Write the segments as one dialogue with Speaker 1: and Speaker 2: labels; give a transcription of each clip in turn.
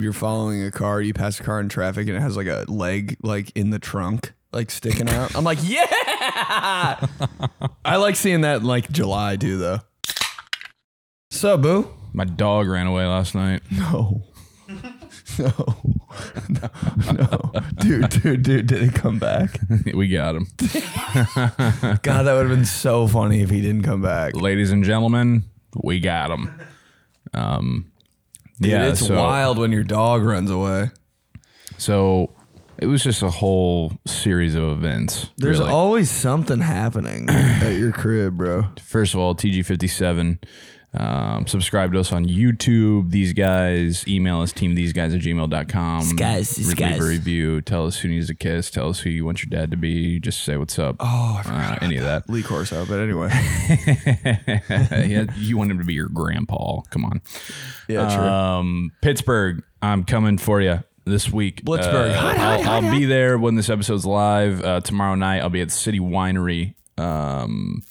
Speaker 1: you're following a car, you pass a car in traffic, and it has like a leg like in the trunk, like sticking out. I'm like, yeah. I like seeing that in like July too, though. So, boo.
Speaker 2: My dog ran away last night.
Speaker 1: No. No. No. No. Dude, dude, dude, did it come back?
Speaker 2: we got him.
Speaker 1: God, that would have been so funny if he didn't come back.
Speaker 2: Ladies and gentlemen, we got him. Um,
Speaker 1: Dude,
Speaker 2: yeah,
Speaker 1: it's
Speaker 2: so,
Speaker 1: wild when your dog runs away.
Speaker 2: So it was just a whole series of events.
Speaker 1: There's
Speaker 2: really.
Speaker 1: always something happening at your crib, bro.
Speaker 2: first of all, TG57. Um, subscribe to us on YouTube. These guys, email us, team these guys at gmail.com. These
Speaker 3: guys, these guys.
Speaker 2: Leave a review. Tell us who needs a kiss. Tell us who you want your dad to be. Just say what's up.
Speaker 1: Oh, I forgot.
Speaker 2: uh, any of that.
Speaker 1: Lee Corso, but anyway.
Speaker 2: yeah, you want him to be your grandpa. Come on.
Speaker 1: Yeah, true.
Speaker 2: Um, Pittsburgh, I'm coming for you this week. Uh,
Speaker 1: Blitzburg. Hot,
Speaker 2: I'll, I'll be there when this episode's live. Uh, tomorrow night, I'll be at City Winery. Um,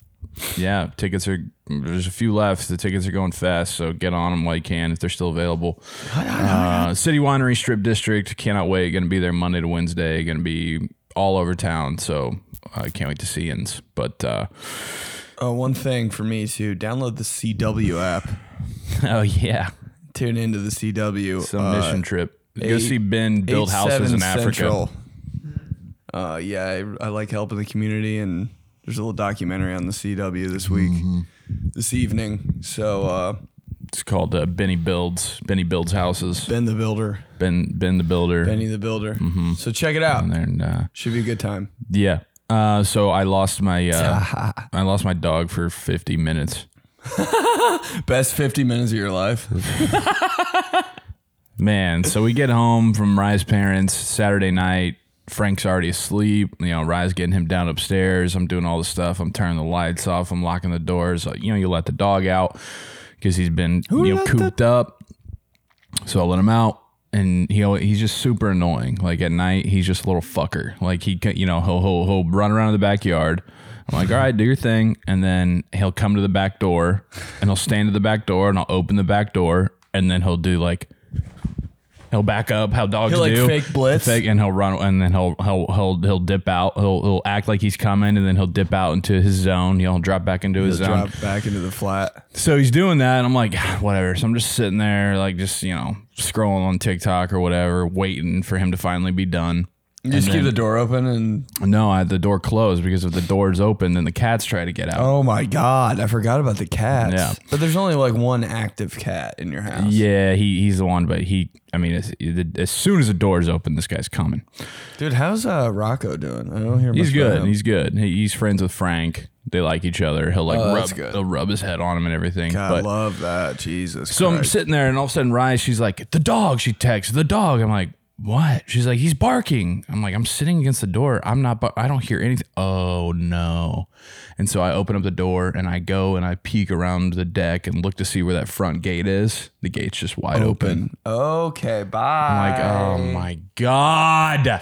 Speaker 2: yeah, tickets are there's a few left. The tickets are going fast, so get on them while you can if they're still available. Uh, City Winery Strip District, cannot wait. Going to be there Monday to Wednesday. Going to be all over town, so I can't wait to see ins. But uh,
Speaker 1: Oh, one thing for me too. Download the CW app.
Speaker 2: oh yeah,
Speaker 1: Tune into the CW.
Speaker 2: some
Speaker 1: uh,
Speaker 2: mission trip. Go
Speaker 1: eight-
Speaker 2: see Ben build
Speaker 1: 8, 7
Speaker 2: houses in Africa.
Speaker 1: Central. Uh, yeah, I, I like helping the community, and there's a little documentary on the CW this week,
Speaker 2: Mm-hmm.
Speaker 1: this evening. So uh,
Speaker 2: It's called uh, Benny Builds. Benny Builds Houses.
Speaker 1: Ben the Builder,
Speaker 2: Ben Ben the Builder.
Speaker 1: Benny the Builder.
Speaker 2: Mm-hmm.
Speaker 1: So check it out.
Speaker 2: And then, uh,
Speaker 1: Should be a good time.
Speaker 2: yeah. Uh, so I lost my uh, I lost my dog for 50 minutes.
Speaker 1: Best 50 minutes of your life.
Speaker 2: Man, so we get home from Rye's parents Saturday night. Frank's already asleep. You know, Rye's getting him down upstairs. I'm doing all the stuff. I'm turning the lights off. I'm locking the doors. You know, you let the dog out because he's been you know
Speaker 1: let the-
Speaker 2: cooped up. So I let him out, and he al- he's just super annoying. Like at night, he's just a little fucker. Like he, ca- you know, he'll he'll, he'll run around in the backyard. I'm like, all right, do your thing, and then he'll come to the back door, and he'll stand at the back door, and I'll open the back door, and then he'll do like. He'll back up how dogs
Speaker 1: He'll, like,
Speaker 2: do
Speaker 1: fake blitz?
Speaker 2: fake, and he'll run, and then he'll he'll he'll he'll dip out. He'll he'll act like he's coming, and then he'll dip out into his zone. He'll drop back into his zone.
Speaker 1: Drop back into the flat.
Speaker 2: So he's doing that, and I'm like, "Ah, whatever. So I'm just sitting there, like, just, you know, scrolling on TikTok or whatever, waiting for him to finally be done.
Speaker 1: You just keep
Speaker 2: then-
Speaker 1: the door open and.
Speaker 2: No, I had the door closed because if the door's open, then the cats try to get out.
Speaker 1: Oh my God, I forgot about the cats.
Speaker 2: Yeah.
Speaker 1: But there's only like one active cat in your house.
Speaker 2: Yeah, he, he's the one, but he, I mean, as, as soon as the door's open, this guy's coming.
Speaker 1: Dude, how's uh, Rocco doing? I don't hear much
Speaker 2: He's
Speaker 1: about
Speaker 2: good.
Speaker 1: him.
Speaker 2: He's good. He, he's friends with Frank. They like each other. He'll like
Speaker 1: Oh,
Speaker 2: rub,
Speaker 1: that's good.
Speaker 2: he'll rub his head on him and everything.
Speaker 1: God, I
Speaker 2: but
Speaker 1: love that. Jesus.
Speaker 2: So I'm
Speaker 1: Christ.
Speaker 2: sitting there, and all of a sudden, Rise, she's like, "The dog." She texts, "The dog." I'm like, "What?" She's like, "He's barking." I'm like, "I'm sitting against the door. I'm not. Bar- I don't hear anything." Oh no! And so I open up the door, and I go and I peek around the deck and look to see where that front gate is. The gate's just wide open.
Speaker 1: open. Okay, bye.
Speaker 2: I'm like, oh my god.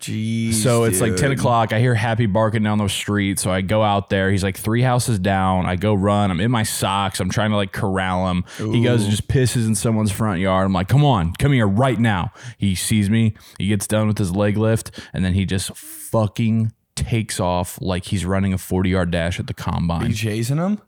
Speaker 1: jeez.
Speaker 2: So it's like 10
Speaker 1: dude.
Speaker 2: o'clock. I hear Happy barking down the street. So I go out there. He's like three houses down. I go run. I'm in my socks. I'm trying to like corral him. He goes and just pisses in someone's front yard. I'm like, come on, come here right now. He sees me. He gets done with his leg lift and then he just fucking takes off like he's running a 40 yard dash at the
Speaker 1: You
Speaker 2: combine.
Speaker 1: chasing him?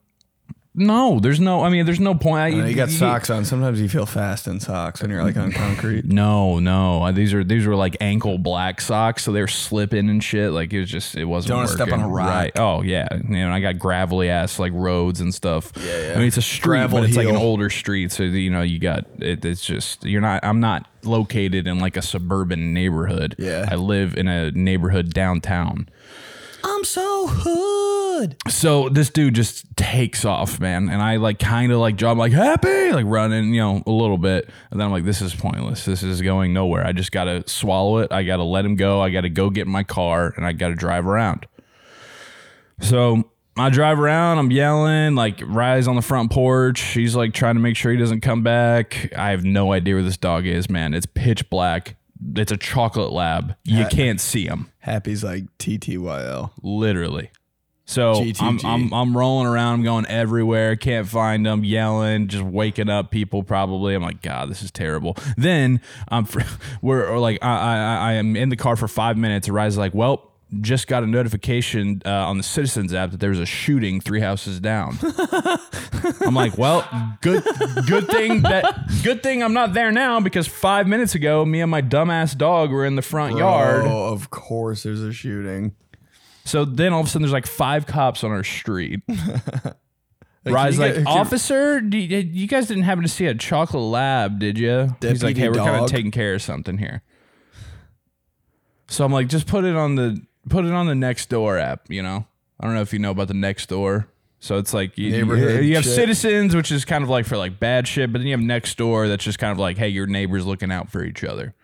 Speaker 2: No, there's no, I mean, there's no point. I,
Speaker 1: No, you got socks on. Sometimes you feel fast in socks when you're like on concrete.
Speaker 2: No, no. Uh, These are these were like ankle black socks, so they were slipping and shit. Like it was just it wasn't.
Speaker 1: Don't
Speaker 2: working.
Speaker 1: step on a rock.
Speaker 2: Right. Oh yeah. You know, and I got gravelly ass like roads and stuff. Yeah, I mean it's a street,
Speaker 1: Gravel
Speaker 2: but it's like an
Speaker 1: heel.
Speaker 2: older street, so you know you got it, it's just you're not. I'm not located in like a suburban neighborhood.
Speaker 1: Yeah.
Speaker 2: I live in a neighborhood downtown.
Speaker 1: I'm so hood.
Speaker 2: So this dude just takes off, man, and I like kind of like job like happy, like running, you know, a little bit, and then I'm like, this is pointless. This is going nowhere. I just gotta swallow it. I gotta let him go. I gotta go get in my car, and I gotta drive around. So I drive around, I'm yelling, like Rise on the front porch. She's like trying to make sure he doesn't come back. I have no idea where this dog is, man. It's pitch black. It's a chocolate lab. You can't see him,
Speaker 1: Happy's like TTYL.
Speaker 2: literally. So I'm,
Speaker 1: GTG.
Speaker 2: I'm I'm rolling around, I'm going everywhere, can't find them, yelling, just waking up people. Probably I'm like, God, this is terrible. Then I'm fr- we're or like I, I I am in the car for five minutes. Ari's like, well. Just got a notification uh, on the Citizens app that there was a shooting three houses down. I'm like, well, good, good thing that, good thing I'm not there now because five minutes ago, me and my dumbass dog were in the front yard.
Speaker 1: Oh, of course there's a shooting.
Speaker 2: So then all of a sudden, there's like five cops on our street.
Speaker 1: Like, can
Speaker 2: Rye's
Speaker 1: you
Speaker 2: like,
Speaker 1: get- can-
Speaker 2: officer, do you, you guys didn't happen to see a chocolate lab, did you? He's like,
Speaker 1: Deputy
Speaker 2: hey, we're kind
Speaker 1: dog.
Speaker 2: of taking care of something here. So I'm like, just put it on the put it on the next door app. You know, I don't know if you know about the next door. So it's like you, you,
Speaker 1: Neighborhood
Speaker 2: you have
Speaker 1: shit.
Speaker 2: citizens, which is kind of like for like bad shit, but then you have next door that's just kind of like, hey, your neighbors looking out for each other.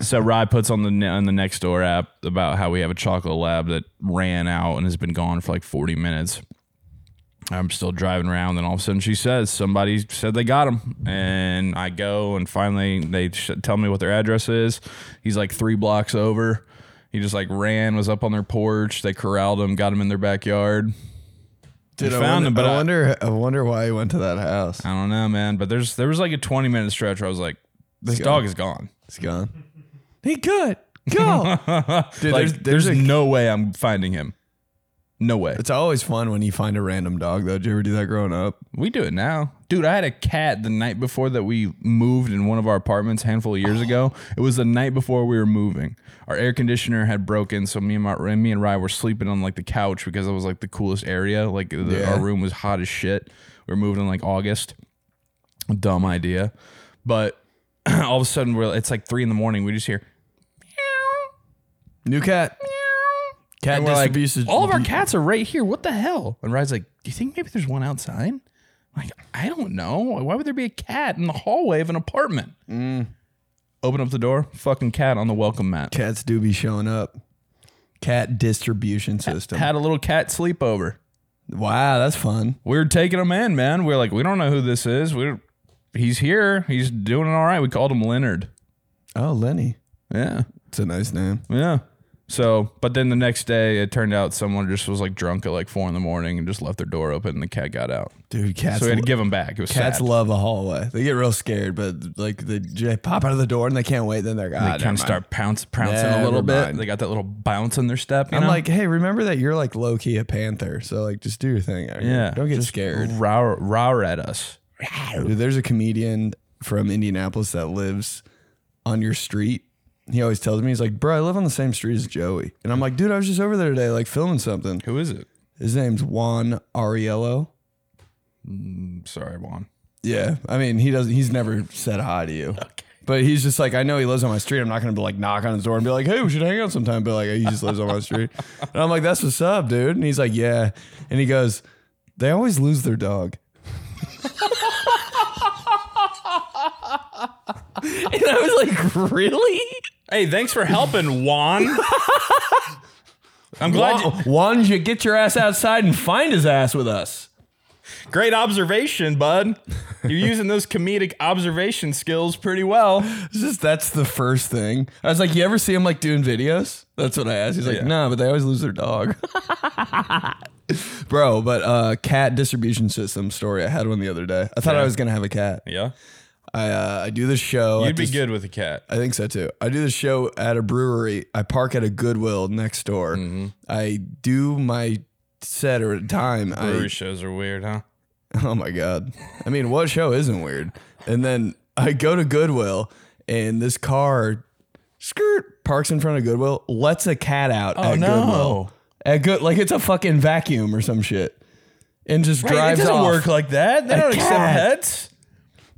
Speaker 2: so Rye puts on the ne- on the next door app about how we have a chocolate lab that ran out and has been gone for like 40 minutes. I'm still driving around, and all of a sudden she says somebody said they got him, and I go and finally they sh- tell me what their address is. He's like three blocks over. He just like ran, was up on their porch. They corralled him, got him in their backyard.
Speaker 1: Dude,
Speaker 2: we
Speaker 1: I
Speaker 2: found
Speaker 1: wonder,
Speaker 2: him, but
Speaker 1: I
Speaker 2: I-
Speaker 1: wonder, I wonder why he went to that house.
Speaker 2: I don't know, man, but there's there was like a 20 minute stretch where I was like, this
Speaker 1: Yeah.
Speaker 2: dog is gone.
Speaker 1: He's gone. He could go. Dude,
Speaker 2: like,
Speaker 1: there's, there's, a,
Speaker 2: no way I'm finding him. No way.
Speaker 1: It's always fun when you find a random dog, though. Did you ever do that growing up?
Speaker 2: We do it now. Dude, I had a cat the night before that we moved in one of our apartments a handful of years ago. It was the night before we were moving. Our air conditioner had broken, so me and my me and Rye were sleeping on like the couch because it was like the coolest area. Like the,
Speaker 1: Yeah.
Speaker 2: our room was hot as shit. We were moving in like August. Dumb idea. But all of a sudden we're it's like three in the morning. We just hear
Speaker 1: New cat. Cat
Speaker 2: and we're like,
Speaker 1: distribution.
Speaker 2: all of our cats are right here. What the hell? And Ryan's like, do you think maybe there's one outside? I'm like, I don't know. Why would there be a cat in the hallway of an apartment? Open up the door, fucking cat on the welcome mat.
Speaker 1: cats do be showing up. Cat distribution system.
Speaker 2: Had a little cat sleepover.
Speaker 1: wow, that's fun.
Speaker 2: We were taking him in, man. We are like, we don't know who this is. We're he's here. He's doing all right. We called him Leonard.
Speaker 1: Oh, Lenny.
Speaker 2: Yeah.
Speaker 1: It's a nice name.
Speaker 2: Yeah. So, but then the next day, it turned out someone just was like drunk at like four in the morning and just left their door open, and the cat got out.
Speaker 1: Dude, cats.
Speaker 2: so we had to
Speaker 1: lo-
Speaker 2: give him back. It was
Speaker 1: cats
Speaker 2: sad.
Speaker 1: love a hallway. They get real scared, but like they, they pop out of the door and they can't wait. Then they're like, ah,
Speaker 2: they kind
Speaker 1: never
Speaker 2: of start pounce, pouncing a
Speaker 1: Never
Speaker 2: little bit.
Speaker 1: mind.
Speaker 2: They got that little bounce in their step. You
Speaker 1: I'm
Speaker 2: know?
Speaker 1: like, hey, remember that you're like low key a panther, so like just do your thing. out here.
Speaker 2: Yeah,
Speaker 1: don't get scared.
Speaker 2: roar, roar at us.
Speaker 1: Dude, there's a comedian from Indianapolis that lives on your street. He always tells me he's like, bro, I live on the same street as Joey, and I'm like, dude, I was just over there today, like filming something.
Speaker 2: Who is it?
Speaker 1: His name's Juan Ariello.
Speaker 2: I'm sorry, Juan.
Speaker 1: Yeah, I mean, he doesn't. He's never said hi to you. Okay. But he's just like, I know he lives on my street. I'm not gonna be like knock on his door and be like, hey, we should hang out sometime. But like, he just lives on my street, and I'm like, that's what's up, dude. And he's like, yeah. And he goes, they always lose their dog. and I was like, really?
Speaker 2: Hey, thanks for helping, Juan. I'm glad. you-
Speaker 1: Why, why don't you get your ass outside and find his ass with us?
Speaker 2: great observation, bud. You're using those comedic observation skills pretty well.
Speaker 1: It's just that's the first thing. I was like, you ever see him like doing videos? That's what I asked. He's like,
Speaker 2: Yeah.
Speaker 1: no, but they always lose their dog. Bro, but uh cat distribution system story I had one the other day. I thought I was gonna have a cat.
Speaker 2: Yeah,
Speaker 1: I uh, I do this show.
Speaker 2: you'd
Speaker 1: at
Speaker 2: be
Speaker 1: this-
Speaker 2: good with a cat.
Speaker 1: I think so too. I do the show at a brewery. I park at a Goodwill next door.
Speaker 2: Mm-hmm.
Speaker 1: I do my set or time. I
Speaker 2: Brewery shows are weird, huh?
Speaker 1: Oh my god. I mean, what show isn't weird? And then I go to Goodwill and this car skirt parks in front of Goodwill, lets a cat out at
Speaker 2: Oh, no.
Speaker 1: Goodwill. At good like it's a fucking vacuum or some shit. And just drives
Speaker 2: it doesn't
Speaker 1: off.
Speaker 2: work like that. They don't
Speaker 1: cat.
Speaker 2: accept pets.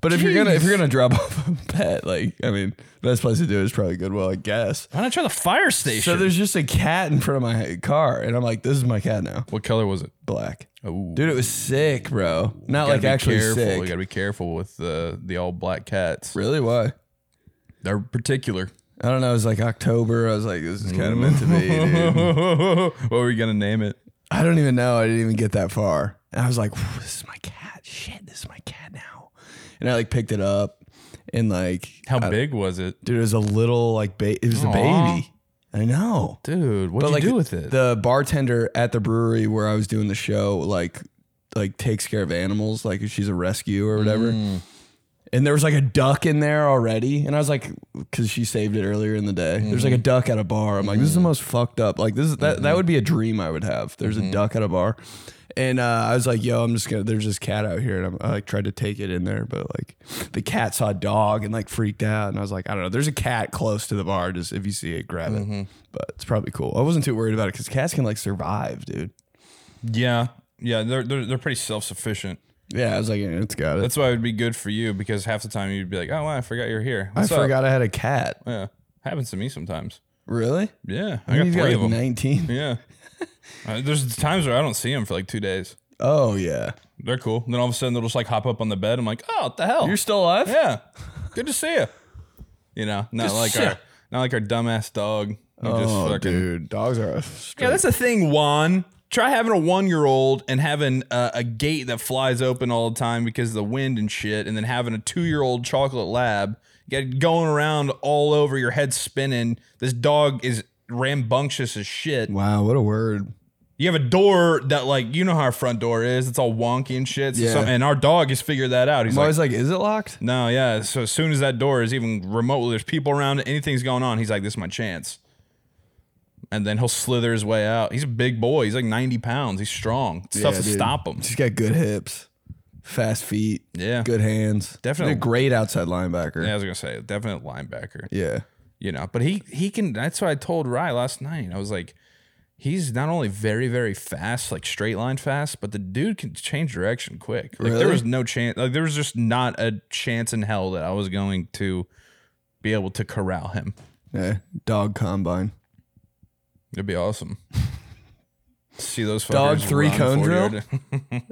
Speaker 1: But if you're gonna if
Speaker 2: Jeez.
Speaker 1: you're gonna drop off a pet, like I mean, best place to do it is probably Goodwill, I guess.
Speaker 2: Why not try the fire station?
Speaker 1: So there's just a cat in front of my car, and I'm like, this is my cat now,
Speaker 2: what color was it?
Speaker 1: black.
Speaker 2: Oh,
Speaker 1: Dude, it was sick, bro. Not
Speaker 2: Gotta
Speaker 1: like
Speaker 2: be
Speaker 1: actually
Speaker 2: careful. You
Speaker 1: sick.
Speaker 2: gotta be careful with the the all black cats.
Speaker 1: Really? Why?
Speaker 2: They're particular.
Speaker 1: I don't know. It was like October. I was like, this is kind of meant to be, dude.
Speaker 2: what were you gonna name it?
Speaker 1: I don't even know. I didn't even get that far. And I was like, "Whew, this is my cat. Shit, this is my cat now. And I like picked it up and like,
Speaker 2: How big was it?
Speaker 1: dude, it was a little like, ba- it was a
Speaker 2: Aw.
Speaker 1: baby. It I know.
Speaker 2: Dude, what'd
Speaker 1: But,
Speaker 2: you
Speaker 1: like,
Speaker 2: do with it?
Speaker 1: The bartender at the brewery where I was doing the show, like, like takes care of animals, like she's a rescue or whatever. And there was like a duck in there already, and I was like, because she saved it earlier in the day. There's like a duck at a bar. I'm like, this is the most fucked up. Like this is that that would be a dream I would have. There's a duck at a bar, and uh, I was like, yo, I'm just gonna. There's this cat out here, and I'm, I like tried to take it in there, but like the cat saw a dog and like freaked out, and I was like, I don't know. There's a cat close to the bar. Just if you see it, grab it. But it's probably cool. I wasn't too worried about it because cats can like survive, dude.
Speaker 2: yeah. Yeah, they're, they're, they're pretty self sufficient.
Speaker 1: Yeah, I was like, yeah, it's got it.
Speaker 2: That's why it would be good for you because half the time you'd be like, oh, wow, I forgot you're here.
Speaker 1: I
Speaker 2: What's up?
Speaker 1: forgot I had a cat.
Speaker 2: Yeah. Happens to me sometimes.
Speaker 1: Really?
Speaker 2: Yeah. I got
Speaker 1: He's got
Speaker 2: three of
Speaker 1: like
Speaker 2: them.
Speaker 1: 19.
Speaker 2: Yeah. Uh, there's times where I don't see them for like two days.
Speaker 1: Oh yeah.
Speaker 2: They're cool. Then all of a sudden they'll just like hop up on the bed. I'm like, oh, what the hell?
Speaker 1: You're still alive?
Speaker 2: yeah. Good to see you. You know, not like our not like our dumbass dog. who just
Speaker 1: Oh,
Speaker 2: fucking-
Speaker 1: dude, dogs are. A
Speaker 2: Yeah, that's the thing, Juan. Try having a one year old and having a, a gate that flies open all the time because of the wind and shit, and then having a two year old chocolate lab get going around all over your head spinning. This dog is rambunctious as shit.
Speaker 1: wow, what a word.
Speaker 2: You have a door that like you know how our front door is. It's all wonky and shit. So
Speaker 1: Yeah.
Speaker 2: some- and our dog has figured that out. He's
Speaker 1: I'm
Speaker 2: like,
Speaker 1: always like, is it locked?
Speaker 2: no, yeah. So as soon as that door is even remotely, there's people around, anything's going on. He's like, this is my chance. And then he'll slither his way out. He's a big boy. He's like 90 pounds. He's strong. It's tough
Speaker 1: Yeah,
Speaker 2: to
Speaker 1: dude.
Speaker 2: stop him.
Speaker 1: She's got good hips, fast feet,
Speaker 2: Yeah.
Speaker 1: good hands.
Speaker 2: Definitely.
Speaker 1: He's a great outside linebacker.
Speaker 2: Yeah, I
Speaker 1: Yeah.
Speaker 2: was gonna say definite linebacker. You know, but he he can. That's what I told Rye last night. I was like, he's not only very very fast, like straight line fast, but the dude can change direction quick. Like there
Speaker 1: Really?
Speaker 2: was no chance. Like there was just not a chance in hell that I was going to be able to corral him.
Speaker 1: Yeah. Dog combine.
Speaker 2: It'd be awesome. See those
Speaker 1: Dog
Speaker 2: fuckers
Speaker 1: three
Speaker 2: run
Speaker 1: cone
Speaker 2: 40
Speaker 1: drill?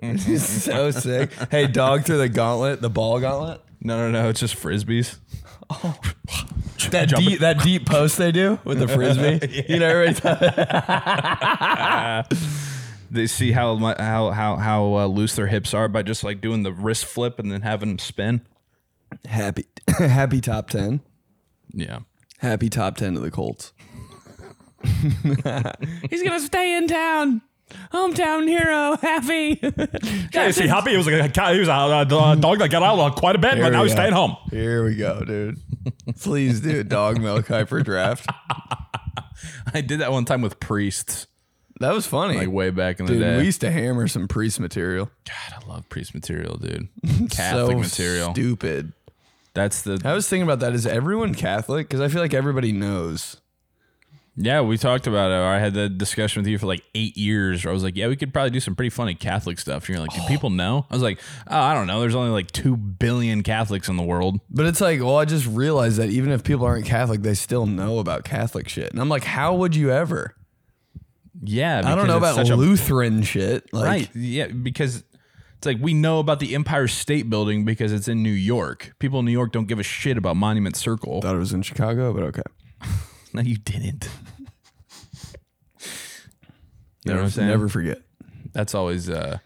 Speaker 2: yard-
Speaker 1: so sick. Hey, dog through the gauntlet, the ball gauntlet.
Speaker 2: No, no, no. It's just frisbees.
Speaker 1: That
Speaker 2: Jumping.
Speaker 1: deep, that deep post they do with the frisbee. You know, every time.
Speaker 2: They see how mu- how how how uh, loose their hips are by just like doing the wrist flip and then having them spin.
Speaker 1: happy, happy top ten.
Speaker 2: Yeah.
Speaker 1: Happy top 10 to the Colts. He's going to stay in town. Hometown hero, happy.
Speaker 3: Yeah, see, Happy he was like a cat. He was a, a- a dog that got out uh, quite a bit, but
Speaker 1: we
Speaker 3: now he's
Speaker 1: go.
Speaker 3: staying home.
Speaker 1: Here we go, dude. Please do it, dog milk hyper draft.
Speaker 2: I did that one time with priests,
Speaker 1: That was funny.
Speaker 2: like way back in the
Speaker 1: dude,
Speaker 2: day.
Speaker 1: we used to hammer some priest material.
Speaker 2: God, I love priest material, dude.
Speaker 1: so
Speaker 2: Catholic material.
Speaker 1: Stupid.
Speaker 2: That's the
Speaker 1: I was thinking about that. Is everyone Catholic? Because I feel like everybody knows.
Speaker 2: yeah. We talked about it. I had that discussion with you for like eight years. Where I was like, yeah, we could probably do some pretty funny Catholic stuff. And you're
Speaker 1: Oh.
Speaker 2: like, do people know? I was like, oh, I don't know. There's only like two billion Catholics in the world.
Speaker 1: But it's like, well, I just realized that even if people aren't Catholic, they still know about Catholic shit. And I'm like, how would you ever?
Speaker 2: Yeah,
Speaker 1: I don't know
Speaker 2: because it's
Speaker 1: about
Speaker 2: such a-
Speaker 1: Lutheran shit. Like,
Speaker 2: right. Yeah, because it's like we know about the Empire State Building because it's in New York. People in New York don't give a shit about Monument Circle.
Speaker 1: thought it was in Chicago, but okay.
Speaker 2: no, you didn't. you know what I'm saying?
Speaker 1: Never forget.
Speaker 2: That's always uh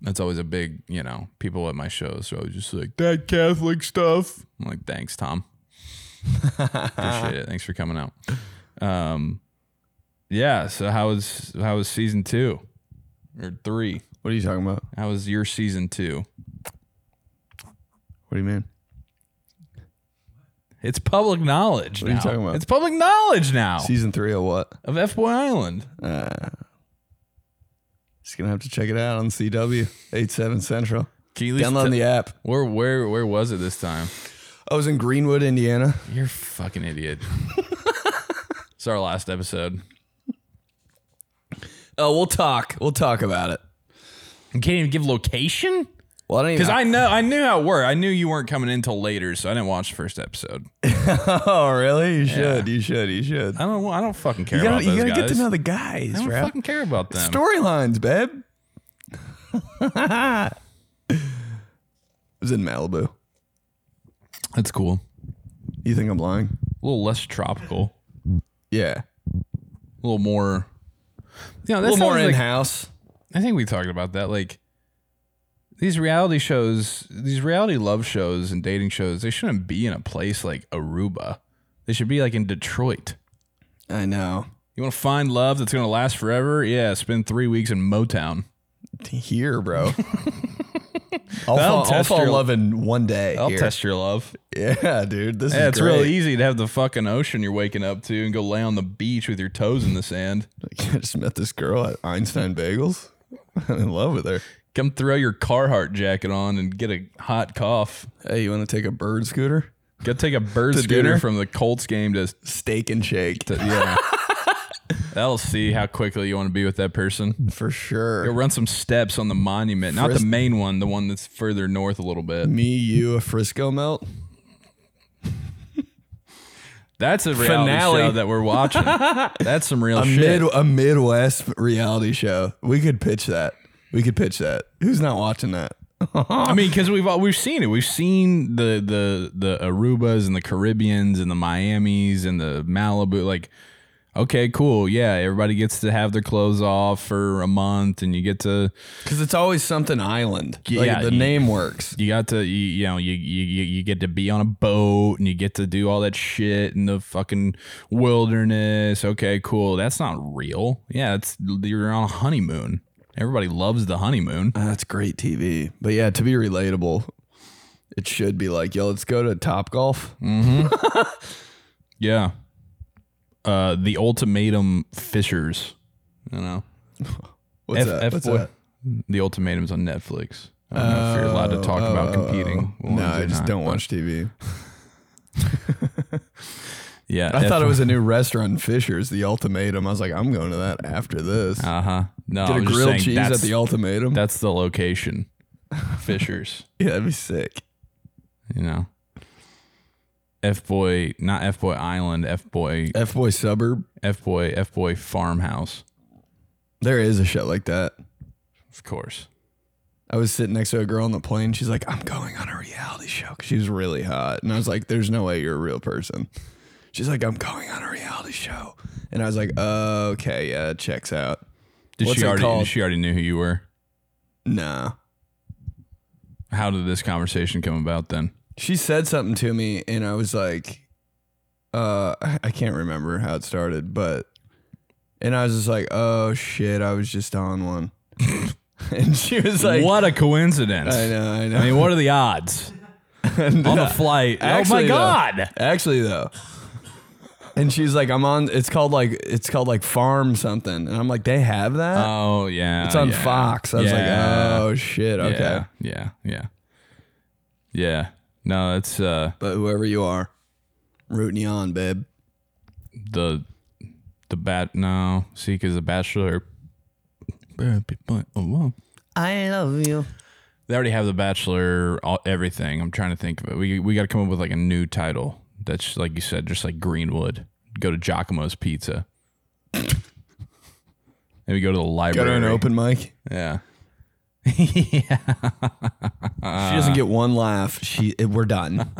Speaker 2: that's always a big, you know, people at my shows are always just like that Catholic stuff. I'm like, thanks, Tom. Appreciate it. Thanks for coming out. Um yeah, so how was how was season two? Or three.
Speaker 1: What are you talking about?
Speaker 2: How was your season two?
Speaker 1: What do you mean?
Speaker 2: It's public knowledge.
Speaker 1: are you
Speaker 2: now.
Speaker 1: talking about?
Speaker 2: It's public knowledge now
Speaker 1: Season three of what?
Speaker 2: of F Boy Island.
Speaker 1: Just gonna have to check it out on CW eight seven Central.
Speaker 2: Keely's
Speaker 1: Download the app.
Speaker 2: where where where was it this time?
Speaker 1: I was in Greenwood, Indiana.
Speaker 2: You're a fucking idiot. it's our last episode.
Speaker 1: Oh, we'll talk. We'll talk about it.
Speaker 2: You can't even give location
Speaker 1: Well, I don't even.
Speaker 2: because I know I knew how it worked. I knew you weren't coming in till later, so I didn't watch the first episode.
Speaker 1: oh, really? You should. You should. You should.
Speaker 2: I don't. I don't fucking care
Speaker 1: You gotta,
Speaker 2: about
Speaker 1: you
Speaker 2: those
Speaker 1: gotta
Speaker 2: guys.
Speaker 1: get to know the
Speaker 2: I
Speaker 1: guys,
Speaker 2: don't
Speaker 1: right?
Speaker 2: fucking care about them.
Speaker 1: Storylines, babe. I was in Malibu.
Speaker 2: That's cool.
Speaker 1: You think I'm lying?
Speaker 2: A little less tropical.
Speaker 1: Yeah.
Speaker 2: A little more. You know,
Speaker 1: A
Speaker 2: that's
Speaker 1: little more in
Speaker 2: like,
Speaker 1: house.
Speaker 2: I think we talked about that. Like these reality shows, these reality love shows and dating shows, they shouldn't be in a place like Aruba. They should be like in Detroit.
Speaker 1: I know.
Speaker 2: You want to find love that's going to last forever? Yeah, spend three weeks in Motown.
Speaker 1: Here, bro. I'll
Speaker 2: That'll
Speaker 1: fall, I'll
Speaker 2: test
Speaker 1: fall in
Speaker 2: your-
Speaker 1: love in one day.
Speaker 2: I'll
Speaker 1: here.
Speaker 2: test your love.
Speaker 1: Yeah, dude. This
Speaker 2: Yeah,
Speaker 1: is
Speaker 2: it's
Speaker 1: great.
Speaker 2: real easy to have the fucking ocean you're waking up to and go lay on the beach with your toes in the sand.
Speaker 1: I just met this girl at Einstein Bagels. I'm in love with her.
Speaker 2: Come throw your Carhartt jacket on and get a hot cough.
Speaker 1: Hey, you want to take a bird scooter?
Speaker 2: Go take a bird
Speaker 1: To
Speaker 2: scooter
Speaker 1: dinner?
Speaker 2: from the Colts game to,
Speaker 1: Steak and shake
Speaker 2: to yeah. That'll see how quickly you want to be with that person.
Speaker 1: for
Speaker 2: Go
Speaker 1: sure.
Speaker 2: run some steps on the monument, not the
Speaker 1: Fris-
Speaker 2: main one, the one that's further north a little bit.
Speaker 1: Me, you, a Frisco melt.
Speaker 2: That's a reality
Speaker 1: Finale.
Speaker 2: show that we're watching. That's some real
Speaker 1: A
Speaker 2: shit.
Speaker 1: mid a Midwest reality show. We could pitch that. We could pitch that. Who's not watching that?
Speaker 2: I mean, because we've all, we've seen it. We've seen the the the Arubas and the Caribbeans and the Miamis and the Malibu. Like, okay, cool, yeah. Everybody gets to have their clothes off for a month, and you get to
Speaker 1: Because it's always something island. Like,
Speaker 2: Yeah,
Speaker 1: the
Speaker 2: you-
Speaker 1: name works.
Speaker 2: you got to you, you know you, you you you get to be on a boat and you get to do all that shit in the fucking wilderness. Okay, cool. That's not real. Yeah, it's you're on a honeymoon. Everybody loves the honeymoon.
Speaker 1: Ah, That's great TV. But yeah, to be relatable, it should be like, yo, let's go to Top Golf. Mm,
Speaker 2: Yeah. Uh, the ultimatum Fishers. You know,
Speaker 1: What's that? What's
Speaker 2: boy-
Speaker 1: that?
Speaker 2: The ultimatum's on Netflix. I don't know if you're allowed to talk about competing. ones
Speaker 1: Oh, No, I
Speaker 2: or
Speaker 1: just
Speaker 2: not,
Speaker 1: don't
Speaker 2: but-
Speaker 1: watch TV.
Speaker 2: Yeah,
Speaker 1: I thought it was a new restaurant, Fisher's, the Ultimatum. I was like, I'm going to that after this.
Speaker 2: Uh huh. No,
Speaker 1: Get
Speaker 2: I'm
Speaker 1: a
Speaker 2: just
Speaker 1: grilled
Speaker 2: saying
Speaker 1: cheese
Speaker 2: that's,
Speaker 1: at the Ultimatum.
Speaker 2: that's the location. Fishers.
Speaker 1: yeah, that'd be sick.
Speaker 2: You know. F boy, not F boy Island. F boy,
Speaker 1: F boy suburb.
Speaker 2: F boy, F boy farmhouse.
Speaker 1: There is a shit like that.
Speaker 2: Of course.
Speaker 1: I was sitting next to a girl on the plane. She's like, I'm going on a reality show because she was really hot. And I was like, there's no way you're a real person. She's like, I'm going on a reality show. And I was like, okay, yeah, it checks out.
Speaker 2: Did
Speaker 1: What's
Speaker 2: she
Speaker 1: it
Speaker 2: already?
Speaker 1: called?
Speaker 2: She already knew who you were.
Speaker 1: Nah.
Speaker 2: How did this conversation come about then?
Speaker 1: She said something to me, and I was like, uh, I I can't remember how it started, but, and I was just like, oh shit, I was just on one. and she was like,
Speaker 2: what a coincidence!
Speaker 1: I know, I know.
Speaker 2: I mean, what are the odds on a flight?
Speaker 1: Actually,
Speaker 2: oh my
Speaker 1: though-
Speaker 2: god!
Speaker 1: Actually, though. And she's like, I'm on. It's called like it's called like farm something, and I'm like, they have that.
Speaker 2: Oh yeah,
Speaker 1: it's on
Speaker 2: yeah.
Speaker 1: Fox. I was
Speaker 2: Yeah.
Speaker 1: like, oh shit, okay.
Speaker 2: Yeah, yeah, yeah, yeah. No, that's uh,
Speaker 1: But whoever you are, rooting you on, babe.
Speaker 2: the the bat. No, see, because the Bachelor. They
Speaker 1: I love you.
Speaker 2: already have the Bachelor. All, everything. I'm trying to think of it. We we got to come up with like a new title. That's like you said, just like Greenwood. Go to Giacomo's Pizza. Maybe go to the
Speaker 1: Go
Speaker 2: library.
Speaker 1: to an open mic.
Speaker 2: Yeah.
Speaker 1: she
Speaker 2: Uh.
Speaker 1: doesn't get one laugh. She, we're done.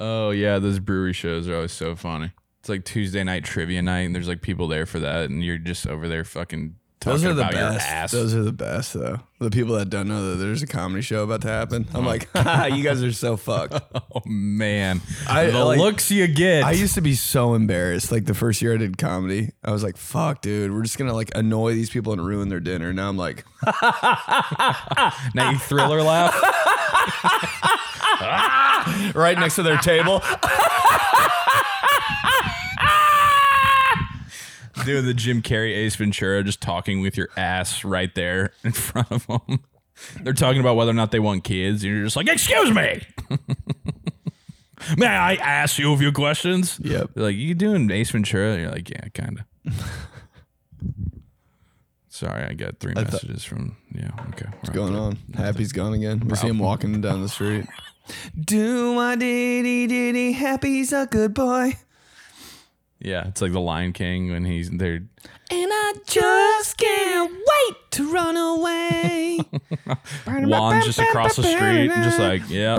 Speaker 2: Oh yeah, those brewery shows are always so funny. It's like Tuesday night trivia night, and there's like people there for that, and you're just over there fucking talking
Speaker 1: Those are the
Speaker 2: about your
Speaker 1: best.
Speaker 2: ass.
Speaker 1: Those are the best, though. The people that don't know that there's a comedy show about to happen. I'm like, "Haha, you guys are so fucked.
Speaker 2: oh man,
Speaker 1: I-
Speaker 2: the
Speaker 1: like-
Speaker 2: looks you get.
Speaker 1: I used to be so embarrassed. Like the first year I did comedy, I was like, fuck, dude, we're just gonna like annoy these people and ruin their dinner. Now I'm like,
Speaker 2: now you thriller laugh.
Speaker 1: right next to their table.
Speaker 2: Doing the Jim Carrey Ace Ventura, just talking with your ass right there in front of them. They're talking about whether or not they want kids. and You're just like, excuse me. May I ask you a few questions?
Speaker 1: Yep.
Speaker 2: They're like, you doing Ace Ventura? You're like, yeah, kind of. Sorry, I got three messages from, yeah, okay. What's
Speaker 1: Going on. Happy's gone again. We see him walking down the street. Do my diddy diddy. Happy's a good boy.
Speaker 2: Yeah, it's like the Lion King when he's there.
Speaker 1: And I just can't wait to run away.
Speaker 2: Juan's just across the street and just like, yeah.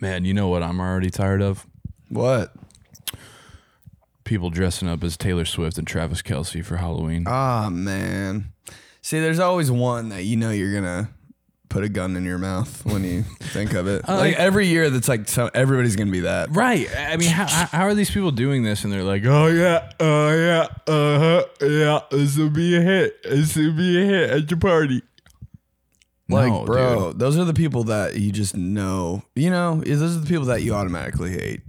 Speaker 2: Man, you know what I'm already tired of?
Speaker 1: What?
Speaker 2: People dressing up as Taylor Swift and Travis Kelsey
Speaker 1: Uh,
Speaker 2: for Halloween.
Speaker 1: Ah man. See, there's always one that you know you're gonna put a gun in your mouth when you think of
Speaker 3: Uh,
Speaker 1: it. like every year, that's like so everybody's gonna be that.
Speaker 2: Right. I mean, how, how how are these people doing this? And they're like,
Speaker 3: Oh yeah, oh yeah, uh huh, yeah. This will be a hit. This will be a hit at your party.
Speaker 1: Like,
Speaker 2: No,
Speaker 1: bro, those are the people that you just know. You know, yeah, those are the people that you automatically hate.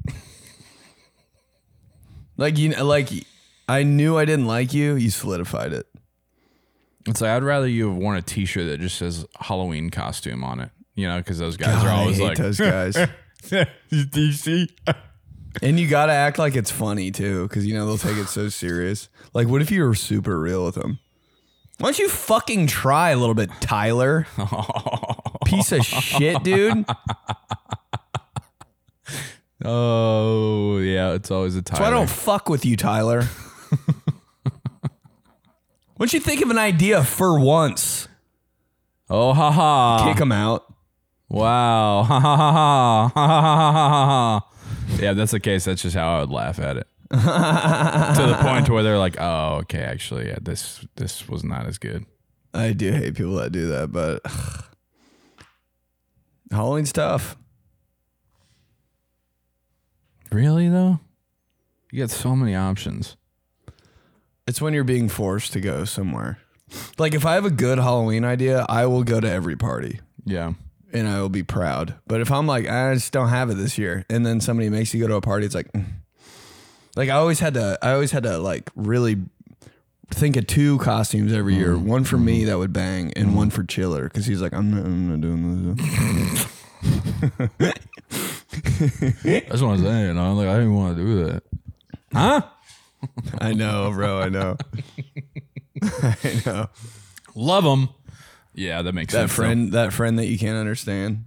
Speaker 1: like you, know, like I knew I didn't like you. You solidified it.
Speaker 2: It's like I'd rather you have worn a T-shirt that just says Halloween costume on it, you know, because those guys
Speaker 1: God,
Speaker 2: are
Speaker 1: I
Speaker 2: always
Speaker 1: hate
Speaker 2: like,
Speaker 1: those guys.
Speaker 3: Do you see?
Speaker 1: and you gotta act like it's funny too, because you know they'll take it so serious. Like, what if you were super real with them? Why don't you fucking try a little bit, Tyler? Piece of shit, dude.
Speaker 2: oh yeah, it's always a Tyler.
Speaker 1: Why I don't fuck with you, Tyler. Why don't you think of an idea for once?
Speaker 2: Oh ha ha!
Speaker 1: Kick him out.
Speaker 2: Wow! Ha ha ha ha! Ha ha ha ha ha! ha. Yeah, if that's the case. That's just how I would laugh at it. to the point where they're like, "Oh, okay, actually, yeah, this this was not as good."
Speaker 1: I do hate people that do that, but Halloween's tough.
Speaker 2: Really though, you got so many options.
Speaker 1: It's when you're being forced to go somewhere. Like if I have a good Halloween idea, I will go to every party
Speaker 2: Yeah.
Speaker 1: and I will be proud. But if I'm like, I just don't have it this year, and then somebody makes you go to a party, it's like, mm. like I always had to, I always had to like really think of two costumes every year, one for me that would bang, and one for Chiller because he's like, I'm not, I'm not doing this.
Speaker 2: That's what I'm saying. You know? I'm like, I didn't want to do that.
Speaker 1: I know, bro, I know, I know.
Speaker 2: Love them. Yeah, that makes
Speaker 1: That
Speaker 2: sense. though.
Speaker 1: friend, that friend that you can't understand.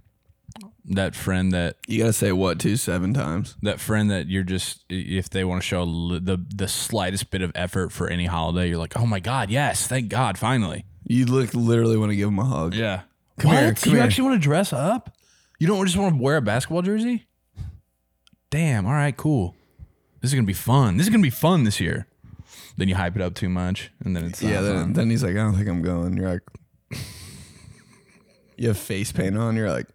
Speaker 2: that friend that
Speaker 1: You gotta say what to seven times.
Speaker 2: that friend that you're just if they want to show li- the the slightest bit of effort for any holiday, you're like, oh my god, yes, thank God, finally.
Speaker 1: You look literally want to give him a hug.
Speaker 2: Yeah.
Speaker 1: Come
Speaker 2: what?
Speaker 1: here, come
Speaker 2: you
Speaker 1: here.
Speaker 2: actually want to dress up? You don't just want to wear a basketball jersey? Damn. All right. Cool. This is gonna be fun. This is gonna be fun this year. Then you hype it up too much, and then it's
Speaker 1: Yeah,
Speaker 2: not fun.
Speaker 1: then, then he's like, I don't think I'm going. You're like, you have face paint on. You're like,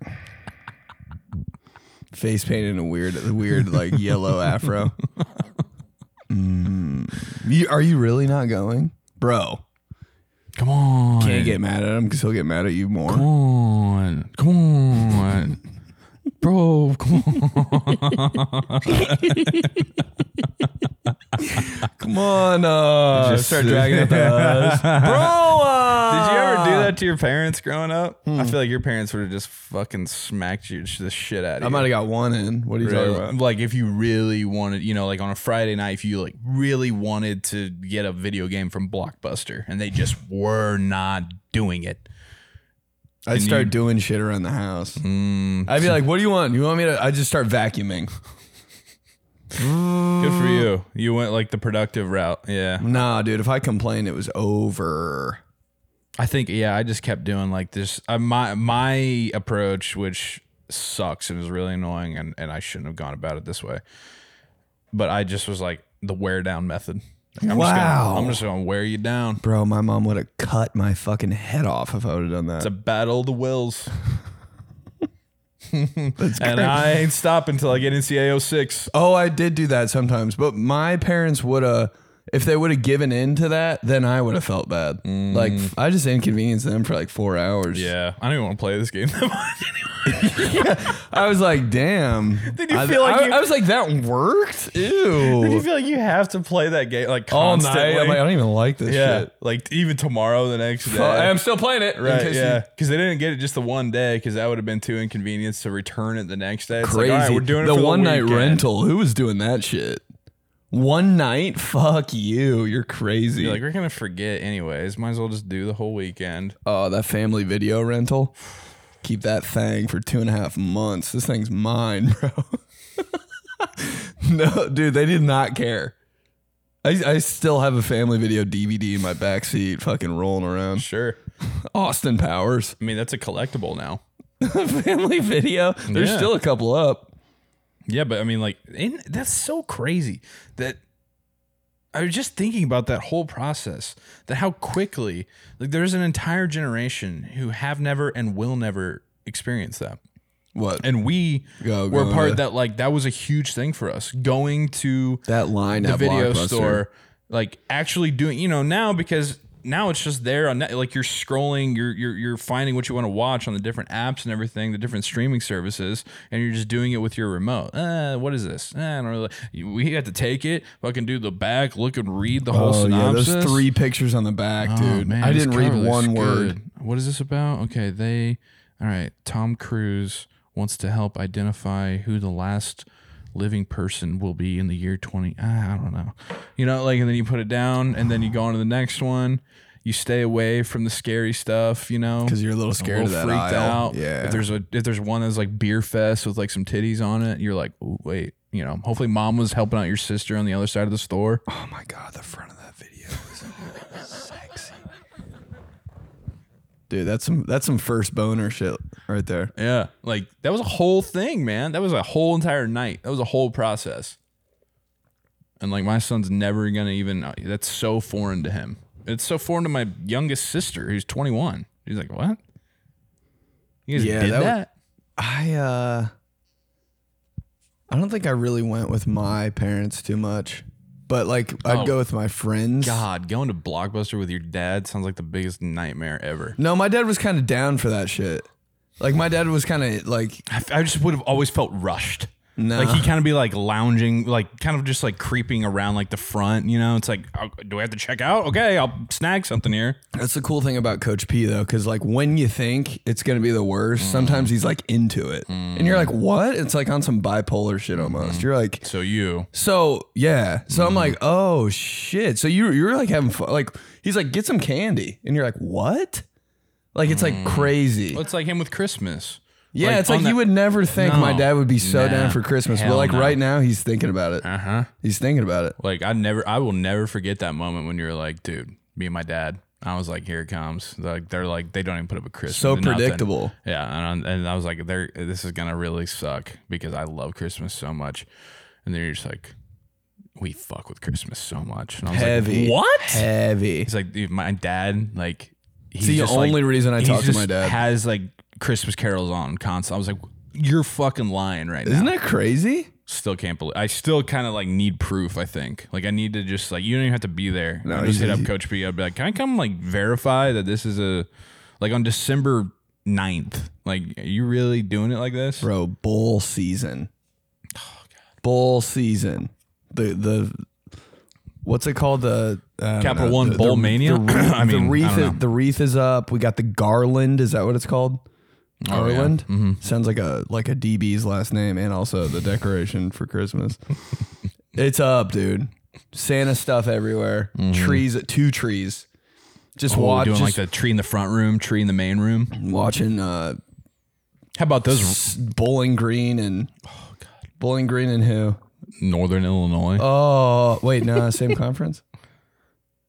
Speaker 1: face paint in a weird, weird like yellow afro. Mm. You, are you really not going, bro?
Speaker 2: Come on.
Speaker 1: Can't get mad at him because he'll get mad at you
Speaker 2: Come
Speaker 1: more.
Speaker 2: on. Come on. Bro, come on.
Speaker 1: Come on, uh,
Speaker 2: Just-
Speaker 1: start dragging at the us. bro. Uh,
Speaker 2: Did you ever do that to your parents growing up?
Speaker 1: Hmm.
Speaker 2: I feel like your parents would have just fucking smacked you the shit out of
Speaker 1: I
Speaker 2: you.
Speaker 1: might have got one in. What are you
Speaker 2: Really?
Speaker 1: talking about?
Speaker 2: Like if you really wanted, you know, like on a Friday night, if you like really wanted to get a video game from Blockbuster, and they just were not doing it.
Speaker 1: I'd start doing shit around the house.
Speaker 2: Mm,
Speaker 1: I'd be like, "What do you want? You want me to?" I just start vacuuming.
Speaker 2: good for you. You went like the productive route. Yeah,
Speaker 1: Nah, dude. If I complained, it was over.
Speaker 2: I think yeah. I just kept doing like this. Uh, my my approach, which sucks and is really annoying, and and I shouldn't have gone about it this way. But I just was like the wear down method. Like, I'm Just
Speaker 1: Wow.
Speaker 2: gonna, I'm just gonna wear you down.
Speaker 1: Bro, my mom would have cut my fucking head off if I would have done
Speaker 2: It's
Speaker 1: that.
Speaker 2: a battle of the wills. and
Speaker 1: great.
Speaker 2: I ain't stopping until I get NCAO 06.
Speaker 1: oh, I did do that sometimes, but my parents would have. If they would have given in to that, then I would have felt bad. Like f- I just inconvenienced them for like four hours.
Speaker 2: Mm. Yeah, I don't even want to play this game.
Speaker 1: I was like, damn. Did
Speaker 2: you
Speaker 1: I,
Speaker 2: feel like
Speaker 1: I,
Speaker 2: you-
Speaker 1: I was like, that worked?
Speaker 2: you
Speaker 1: Ew.
Speaker 2: feel like you have to play that game like
Speaker 1: All night.
Speaker 2: constantly?
Speaker 1: I'm like, I don't even like this
Speaker 2: yeah,
Speaker 1: shit.
Speaker 2: like even tomorrow, the next day.
Speaker 1: Oh, I'm still playing it. in
Speaker 2: right,
Speaker 1: case you-
Speaker 2: yeah, because they didn't get it just the one day because that would have been too inconvenient to return it the next day. It's
Speaker 1: crazy.
Speaker 2: Like, all right, we're doing it
Speaker 1: the
Speaker 2: for
Speaker 1: one night
Speaker 2: weekend.
Speaker 1: rental. Who was doing that shit? One night? Fuck you. You're crazy.
Speaker 2: You're like, we're gonna forget anyways. Might as well just do the whole weekend.
Speaker 1: Oh, that family video rental. Keep that thing for two and a half months. This thing's mine, bro. no, dude, they did not care. I, I still have a family video DVD in my backseat, fucking rolling around.
Speaker 2: Sure.
Speaker 1: Austin Powers
Speaker 2: I mean, that's a collectible now.
Speaker 1: family video. There's
Speaker 2: Yeah.
Speaker 1: still a couple up.
Speaker 2: Yeah, but I mean, like, in, that's so crazy that I was just thinking about that whole process, that how quickly, like, there's an entire generation who have never and will never experience that.
Speaker 1: What?
Speaker 2: And we
Speaker 1: Go-
Speaker 2: were
Speaker 1: go
Speaker 2: part
Speaker 1: to-
Speaker 2: that, like, that was a huge thing for us. Going to
Speaker 1: that line
Speaker 2: the
Speaker 1: at
Speaker 2: video
Speaker 1: Blockbuster.
Speaker 2: store, like actually doing, you know, now because now it's just there on net, like you're scrolling, you're you're you're finding what you want to watch on the different apps and everything, the different streaming services, and you're just doing it with your remote. Uh, what is this? Uh, I don't really. you- We had to take it, fucking do the back, look and read the whole
Speaker 1: Oh yeah,
Speaker 2: synopsis. Oh,
Speaker 1: those three pictures on the back, dude. I
Speaker 2: this
Speaker 1: didn't read
Speaker 2: cover looks
Speaker 1: one
Speaker 2: good.
Speaker 1: word.
Speaker 2: What is this about? Okay, they. All right, Tom Cruise wants to help identify who the last living person will be in the year 20. ah, I don't know. You know, like, and then you put it down, and then you go on to the next one. You stay away from the scary stuff, you know,
Speaker 1: Because you're a little scared
Speaker 2: a
Speaker 1: of that
Speaker 2: little freaked
Speaker 1: aisle.
Speaker 2: out.
Speaker 1: Yeah.
Speaker 2: If there's a if there's one that's like beer fest with like some titties on it, you're like, oh, wait, you know. Hopefully, mom was helping out your sister on the other side of the store.
Speaker 1: oh my god, the front of that video is really sexy. Dude, that's some that's some first boner shit right there.
Speaker 2: Yeah. Like that was a whole thing, man. That was a whole entire night. That was a whole process. And like my son's never gonna even that's so foreign to him. It's so foreign to my youngest sister who's 21. He's like, "What? You guys
Speaker 1: Yeah,
Speaker 2: did
Speaker 1: that
Speaker 2: that?"
Speaker 1: would- I uh I don't think I really went with my parents too much. But like I'd
Speaker 2: Oh.
Speaker 1: go with my friends.
Speaker 2: God, going to Blockbuster with your dad sounds like the biggest nightmare ever.
Speaker 1: No, my dad was kind of down for that shit. Like my dad was kind of like
Speaker 2: I, I just would have always felt rushed.
Speaker 1: no.
Speaker 2: Like he kind of be like lounging, like kind of just like creeping around like the front, you know? It's like, oh, do I have to check out? Okay, I'll snag something here.
Speaker 1: That's the cool thing about Coach P though, because like when you think it's gonna be the worst, sometimes he's like into it, and you're like, "What?" It's like on some bipolar shit almost. You're like,
Speaker 2: So you
Speaker 1: "So yeah," so I'm like,
Speaker 2: Mm-hmm.
Speaker 1: "Oh shit!" So you you're like having fun. Like he's like, "Get some candy," and you're like, "What?" Like it's like crazy.
Speaker 2: Well, it's Mm. like him with Christmas.
Speaker 1: yeah, it's like
Speaker 2: on
Speaker 1: you
Speaker 2: that-
Speaker 1: would never think my
Speaker 2: No.
Speaker 1: dad would be so
Speaker 2: Nah.
Speaker 1: down for Christmas, but
Speaker 2: Hell
Speaker 1: like
Speaker 2: no.
Speaker 1: right now he's thinking about it.
Speaker 2: Uh huh.
Speaker 1: He's thinking about it.
Speaker 2: Like I never, I will never forget that moment when you were like, "Dude, me and my dad." I was like, "Here it comes!" Like they're like, they don't even put up a Christmas.
Speaker 1: So
Speaker 2: nothing.
Speaker 1: predictable.
Speaker 2: Yeah, and I, and I was like, "There, this is gonna really suck because I love Christmas so much." And then you're just like, "We fuck with Christmas so much." And I was
Speaker 1: Heavy.
Speaker 2: Like, what?
Speaker 1: Heavy.
Speaker 2: He's like, "Dude, my dad, like, he's
Speaker 1: It's the
Speaker 2: just, like-
Speaker 1: only reason I
Speaker 2: he
Speaker 1: talk to
Speaker 2: just
Speaker 1: my dad.
Speaker 2: Has like Christmas carols on constant. I was like, "You're fucking lying right now."
Speaker 1: Isn't that crazy?
Speaker 2: Still can't believe. I still kind of like need proof. I think like I need to just like you don't even have to be there.
Speaker 1: No,
Speaker 2: I just hit
Speaker 1: he's-
Speaker 2: up Coach B. I'd be like, can I come like verify that this is a like on December 9th? Like, are you really doing it like this?
Speaker 1: Bro, bowl season. Bowl season. The the what's it called? The I don't
Speaker 2: Capital
Speaker 1: know.
Speaker 2: One
Speaker 1: The-
Speaker 2: Bowl
Speaker 1: the-
Speaker 2: Mania.
Speaker 1: The, wreath-
Speaker 2: I mean,
Speaker 1: the wreath.
Speaker 2: I don't know.
Speaker 1: the wreath is up. We got the garland. Is that what it's called?
Speaker 2: Oh, yeah.
Speaker 1: Garland sounds like a like a DB's last name, and also the decoration for Christmas. it's up, dude. Santa stuff everywhere. Trees, two trees. Just
Speaker 2: Mm-hmm. Oh,
Speaker 1: watch,
Speaker 2: doing
Speaker 1: just
Speaker 2: like the tree in the front room, tree in the main room.
Speaker 1: watching uh,
Speaker 2: How about those
Speaker 1: Bowling Green and
Speaker 2: Oh,
Speaker 1: Bowling Green and who?
Speaker 2: Northern Illinois?
Speaker 1: Oh wait, no, same conference.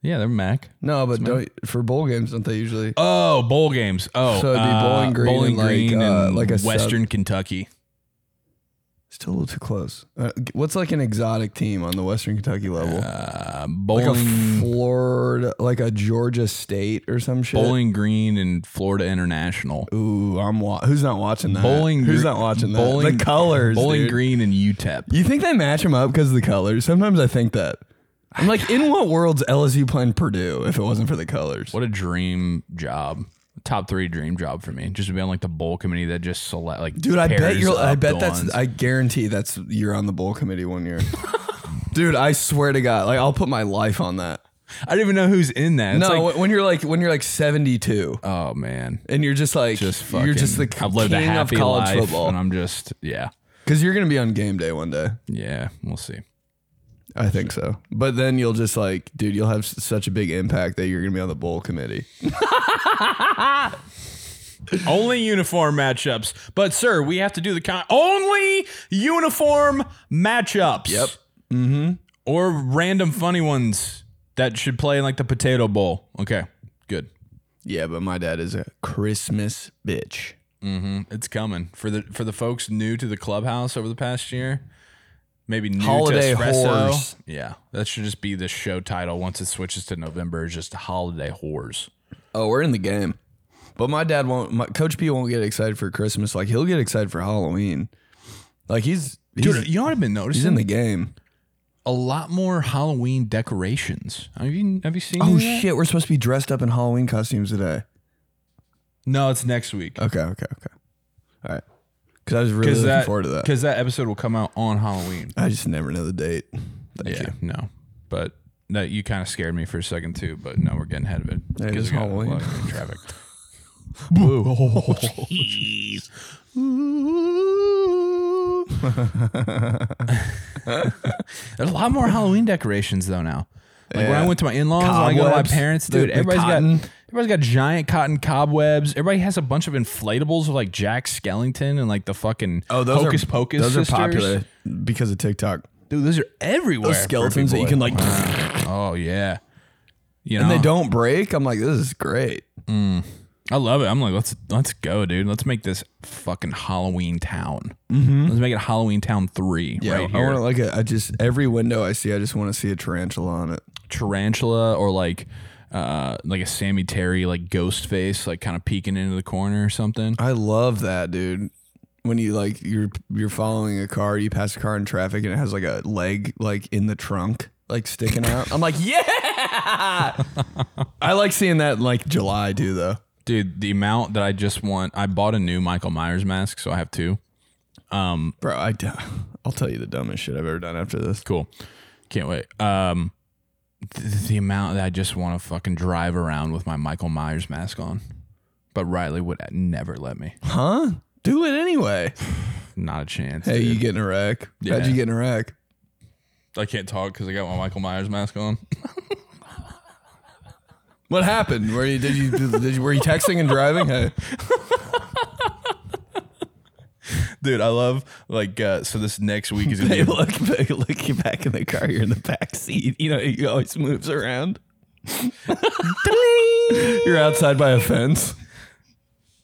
Speaker 2: yeah, they're Mac.
Speaker 1: No, but don't, for bowl games, don't they usually?
Speaker 2: Oh, bowl games. Oh,
Speaker 1: So it'd be Bowling Green and,
Speaker 2: Bowling
Speaker 1: like,
Speaker 2: Green
Speaker 1: uh,
Speaker 2: and
Speaker 1: like a sub-
Speaker 2: Western Kentucky.
Speaker 1: Still a little too close. Uh, g- what's like an exotic team on the Western Kentucky level?
Speaker 2: Uh,
Speaker 1: like
Speaker 2: bowling.
Speaker 1: a Florida, like a Georgia State or some shit.
Speaker 2: Bowling Green and Florida International.
Speaker 1: Ooh, I'm wa- who's not watching that?
Speaker 2: Bowling
Speaker 1: who's
Speaker 2: Gre-
Speaker 1: not watching that?
Speaker 2: Bowling-
Speaker 1: the colors,
Speaker 2: Bowling
Speaker 1: dude.
Speaker 2: Green and E UTEP.
Speaker 1: You think they match them up because of the colors? Sometimes I think that. I'm like, in what world's LSU playing Purdue if it wasn't for the colors?
Speaker 2: What a dream job. Top three dream job for me. Just to be on like the bowl committee that just select like
Speaker 1: Dude, I bet
Speaker 2: pairs
Speaker 1: you're. I
Speaker 2: up
Speaker 1: bet
Speaker 2: the
Speaker 1: that's.
Speaker 2: ones.
Speaker 1: I guarantee that's. You're on the bowl committee one year. Dude, I swear to God, like I'll put my life on that.
Speaker 2: I don't even know who's in that.
Speaker 1: no,
Speaker 2: It's like-
Speaker 1: when- when you're like when you're like 72,
Speaker 2: oh man.
Speaker 1: and you're just like
Speaker 2: Just fucking,
Speaker 1: you're just the
Speaker 2: I've lived a
Speaker 1: king of
Speaker 2: happy
Speaker 1: college
Speaker 2: life, and
Speaker 1: football
Speaker 2: I'm just yeah,
Speaker 1: because you're gonna be on game day one day.
Speaker 2: yeah. We'll see.
Speaker 1: I think so. But then you'll just like, dude, you'll have s- such a big impact that you're gonna be on the bowl committee.
Speaker 2: Only uniform matchups. But sir, we have to do the con- only uniform matchups. Yep. Mm-hmm. Or random funny ones that should play in like the potato bowl. Okay. Good.
Speaker 1: Yeah, but my dad is a Christmas bitch.
Speaker 2: Mm-hmm. It's coming. For the for the folks new to the clubhouse over the past year, Maybe new
Speaker 1: Holiday
Speaker 2: to espresso.
Speaker 1: whores.
Speaker 2: Yeah, that should just be the show title once it switches to November. Is just holiday whores.
Speaker 1: Oh, we're in the game. But my dad won't. My, Coach P won't get excited for Christmas. Like he'll get excited for Halloween. Like he's he's,
Speaker 2: Dude, you know what I've been noticing?
Speaker 1: he's in the game.
Speaker 2: a lot more Halloween decorations. Have you have you seen?
Speaker 1: Oh
Speaker 2: that?
Speaker 1: shit, we're supposed to be dressed up in Halloween costumes today.
Speaker 2: No, it's next week.
Speaker 1: Okay, okay, okay. All right. Because I was really
Speaker 2: Because
Speaker 1: looking
Speaker 2: that
Speaker 1: forward to that.
Speaker 2: because that episode will come out on Halloween.
Speaker 1: I just never know the date. Thank
Speaker 2: yeah,
Speaker 1: you.
Speaker 2: no, but that you kind of scared me for a second too. But no, we're getting ahead of it.
Speaker 1: It
Speaker 2: 'Cause
Speaker 1: is
Speaker 2: we got a
Speaker 1: Halloween.
Speaker 2: lot of traffic.
Speaker 1: Oh,
Speaker 2: There's a lot more Halloween decorations though now. Like when
Speaker 1: Yeah.
Speaker 2: I went to my in-laws, when I go to my
Speaker 1: Cobwebs,
Speaker 2: parents,
Speaker 1: the-
Speaker 2: dude.
Speaker 1: the
Speaker 2: Everybody's
Speaker 1: cotton.
Speaker 2: got everybody's got giant cotton cobwebs. Everybody has a bunch of inflatables of like Jack Skellington and like the fucking
Speaker 1: Oh, those
Speaker 2: Hocus
Speaker 1: are
Speaker 2: Pocus.
Speaker 1: Those
Speaker 2: sisters.
Speaker 1: are popular because of TikTok.
Speaker 2: dude. Those are everywhere.
Speaker 1: Those
Speaker 2: for
Speaker 1: skeletons that you
Speaker 2: people.
Speaker 1: can like,
Speaker 2: Oh yeah, you know
Speaker 1: and they don't break. I'm like, this is great.
Speaker 2: I love it. I'm like, let's let's go, dude. Let's make this fucking Halloween town. Let's make it Halloween Town Three
Speaker 1: Mm-hmm. Yeah,
Speaker 2: right
Speaker 1: I
Speaker 2: here.
Speaker 1: want to like a, I just every window I see, I just want to see a tarantula on it.
Speaker 2: Tarantula or like uh like a Sammy Terry like ghost face like kind of peeking into the corner or something.
Speaker 1: I love that, dude. When you like you're you're following a car, you pass a car in traffic, and it has like a leg like in the trunk, like sticking out. I'm like, yeah. I like seeing that in, like July do though.
Speaker 2: Dude, the amount that I just want, I bought a new Michael Myers mask, so I have two.
Speaker 1: Bro, I d- I'll tell you the dumbest shit I've ever done after this.
Speaker 2: Cool. Can't wait. Um th- the amount that I just want to fucking drive around with my Michael Myers mask on. But Riley would never let me.
Speaker 1: Huh? Do it anyway.
Speaker 2: Not a chance.
Speaker 1: Hey,
Speaker 2: dude.
Speaker 1: you getting a wreck?
Speaker 2: Yeah.
Speaker 1: How'd you get in a wreck?
Speaker 2: I can't talk because I got my Michael Myers mask on.
Speaker 1: What happened? Were you did you, did you were you texting and driving? Hey,
Speaker 2: Dude, I love like uh, so. This next week is gonna
Speaker 1: hey
Speaker 2: be
Speaker 1: look, hey, look, you're back in the car. You're in the back seat. You know, he always moves around. you're outside by a fence.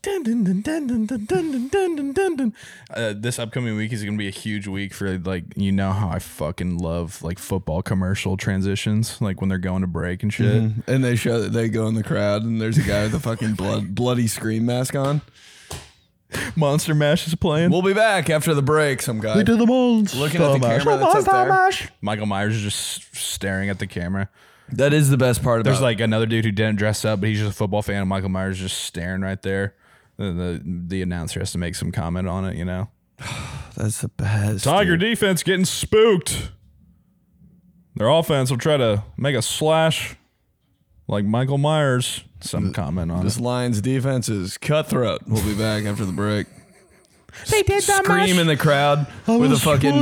Speaker 2: Dun, dun, dun, dun, dun, dun, dun, dun, dun, dun, dun. Uh, this upcoming week is gonna be a huge week for like you know how I fucking love like football commercial transitions, like when they're going to break and shit.
Speaker 1: And they show that they go in the crowd, and there's a guy with a fucking blood, bloody scream mask on.
Speaker 2: Monster Mash is playing.
Speaker 1: We'll be back after the break. Some guy
Speaker 2: the monster
Speaker 1: looking at the camera that's up there.
Speaker 2: Michael Myers is just staring at the camera.
Speaker 1: That is the best part about
Speaker 2: There's like another dude who didn't dress up, but he's just a football fan. And Michael Myers just staring right there. The, the the announcer has to make some comment on it, you know.
Speaker 1: that's the best.
Speaker 2: Tiger
Speaker 1: dude.
Speaker 2: defense getting spooked. Their offense will try to make a slash, like Michael Myers. Some comment on
Speaker 1: This Lions defense is cutthroat. We'll be back after the break.
Speaker 4: They did that
Speaker 1: Scream in the crowd with a fucking.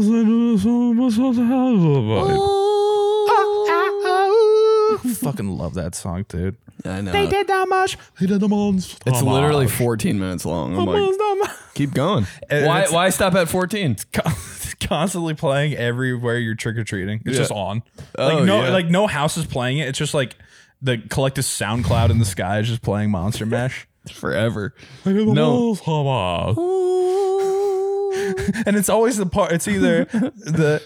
Speaker 1: Oh.
Speaker 2: Fucking love that song, dude.
Speaker 1: I know.
Speaker 4: They did that much.
Speaker 1: It's literally 14 minutes long. I'm like, keep going. Why,
Speaker 2: it's-
Speaker 1: why stop at 14?
Speaker 2: Constantly playing everywhere you're trick or treating. It's just on.
Speaker 1: Oh,
Speaker 2: like no,
Speaker 1: yeah.
Speaker 2: like no house is playing it. It's just like the collective SoundCloud in the sky is just playing Monster Mash.
Speaker 1: Forever.
Speaker 2: No. and it's always the part. It's either the,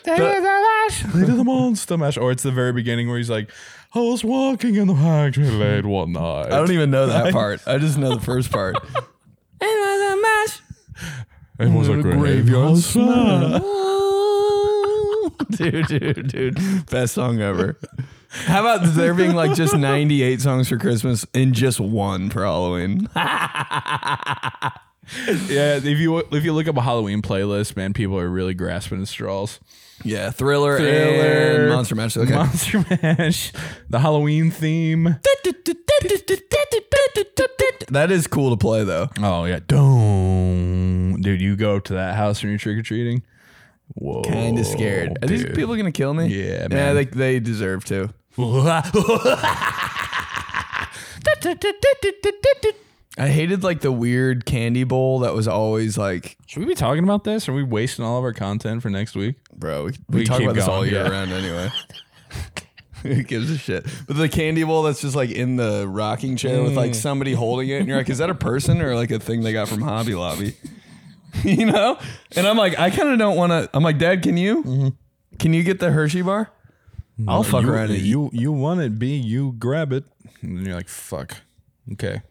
Speaker 2: the they did the monster mash, or it's the very beginning where he's like, "I was walking in the factory late one night."
Speaker 1: I don't even know that part. I just know the first part.
Speaker 2: it was a
Speaker 1: graveyard dude, dude, dude. Best song ever. How about there being like just 98 songs for Christmas and just one for Halloween?
Speaker 2: Yeah, if you if you look up a Halloween playlist, man, people are really grasping at straws.
Speaker 1: Yeah, Thriller,
Speaker 2: Thriller.
Speaker 1: and Monster Mash. Okay.
Speaker 2: Monster Mash, the Halloween theme.
Speaker 1: that is cool to play though.
Speaker 2: Oh yeah, do dude. You go up to that house when you're trick or treating. Whoa,
Speaker 1: Kind of scared. Are these
Speaker 2: dude.
Speaker 1: people gonna kill me?
Speaker 2: Yeah,
Speaker 1: Oh, Yeah,
Speaker 2: man.
Speaker 1: they, they deserve to. I hated like the weird candy bowl that was always like,
Speaker 2: Should we be talking about this? Are we wasting all of our content for next week?
Speaker 1: bro, we, we,
Speaker 2: We
Speaker 1: talk
Speaker 2: keep
Speaker 1: about this all
Speaker 2: going,
Speaker 1: year
Speaker 2: yeah.
Speaker 1: round anyway. Who gives a shit? But the candy bowl that's just like in the
Speaker 2: Mm.
Speaker 1: rocking chair with like somebody holding it, and you're like, is that a person or like a thing they got from Hobby Lobby? you know? And I'm like, I kind of don't want to. I'm like, Dad, can you?
Speaker 2: Mm-hmm.
Speaker 1: Can you get the Hershey bar? I'll fuck
Speaker 2: you-
Speaker 1: around and eat.
Speaker 3: You you want it, B? You grab it.
Speaker 2: And then you're like, fuck. Okay.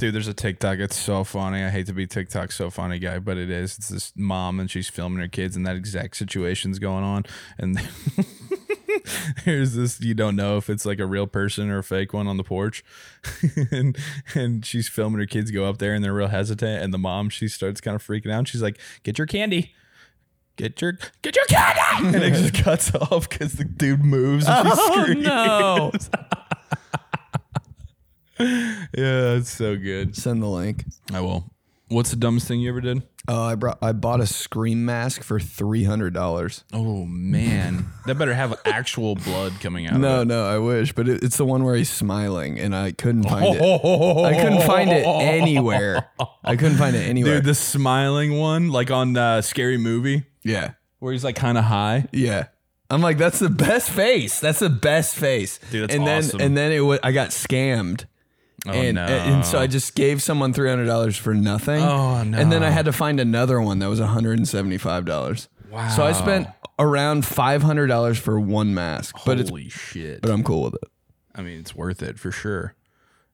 Speaker 2: Dude, there's a TikTok. It's so funny. I hate to be TikTok so funny guy, but it is. It's this mom and she's filming her kids, and that exact situation's going on. And here's this you don't know if it's like a real person or a fake one on the porch. and and she's filming her kids go up there and they're real hesitant. And the mom, she starts kind of freaking out. She's like, get your candy. Get your get your candy. and it just cuts off because the dude moves and she's
Speaker 1: Oh,
Speaker 2: screaming.
Speaker 1: no.
Speaker 2: Yeah, that's so good.
Speaker 1: Send the link.
Speaker 2: I will. What's the dumbest thing you ever did?
Speaker 1: Oh, I brought. I bought a scream mask for three hundred dollars.
Speaker 2: Oh man, that better have actual blood coming out.
Speaker 1: No,
Speaker 2: of
Speaker 1: no, I wish, but it, it's the one where he's smiling, and I couldn't find
Speaker 2: it.
Speaker 1: it. I couldn't find it anywhere. I couldn't find it anywhere.
Speaker 2: Dude, the smiling one, like on uh, Scary Movie,
Speaker 1: yeah,
Speaker 2: where he's like kind of high.
Speaker 1: yeah. I'm like, that's the best face. That's the best face.
Speaker 2: Dude, that's
Speaker 1: and then
Speaker 2: awesome.
Speaker 1: and then it was. I got scammed.
Speaker 2: Oh
Speaker 1: and,
Speaker 2: no!
Speaker 1: and so I just gave someone three hundred dollars for nothing.
Speaker 2: Oh, no.
Speaker 1: And then I had to find another one that was one hundred and seventy five dollars. Wow! So I spent around five hundred dollars for one mask, but it's
Speaker 2: Holy shit!
Speaker 1: but I'm cool with it.
Speaker 2: I mean, it's worth it for sure.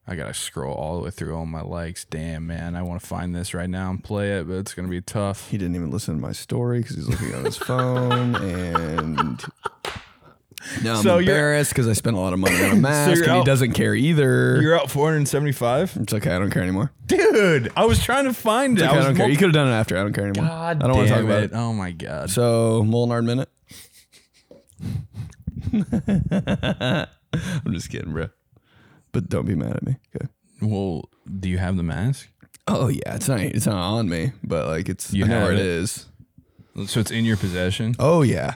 Speaker 2: I gotta scroll all the way through all my likes. Damn, man, I want to find this right now and play it, but it's gonna be tough.
Speaker 1: He didn't even listen to my story because he's looking on his phone and. Now I'm
Speaker 2: So you're-
Speaker 1: embarrassed because I spent a lot of money on a mask
Speaker 2: you're
Speaker 1: and he
Speaker 2: out-
Speaker 1: doesn't care either.
Speaker 2: out 475,
Speaker 1: It's okay. I don't care anymore.
Speaker 2: dude. I was trying to find it.
Speaker 1: It's okay, I,
Speaker 2: was
Speaker 1: don't care.
Speaker 2: mul-
Speaker 1: You could have done it after. I don't care anymore. I don't want to talk
Speaker 2: Damn
Speaker 1: about it.
Speaker 2: Oh my god.
Speaker 1: So Molinard minute. I'm just kidding, bro. But don't be mad at me. Okay.
Speaker 2: Well, do you have the mask?
Speaker 1: Oh yeah, it's not it's not on me, but like it's
Speaker 2: You
Speaker 1: I know
Speaker 2: have
Speaker 1: where it
Speaker 2: it.
Speaker 1: is.
Speaker 2: So it's in your possession.
Speaker 1: Oh yeah.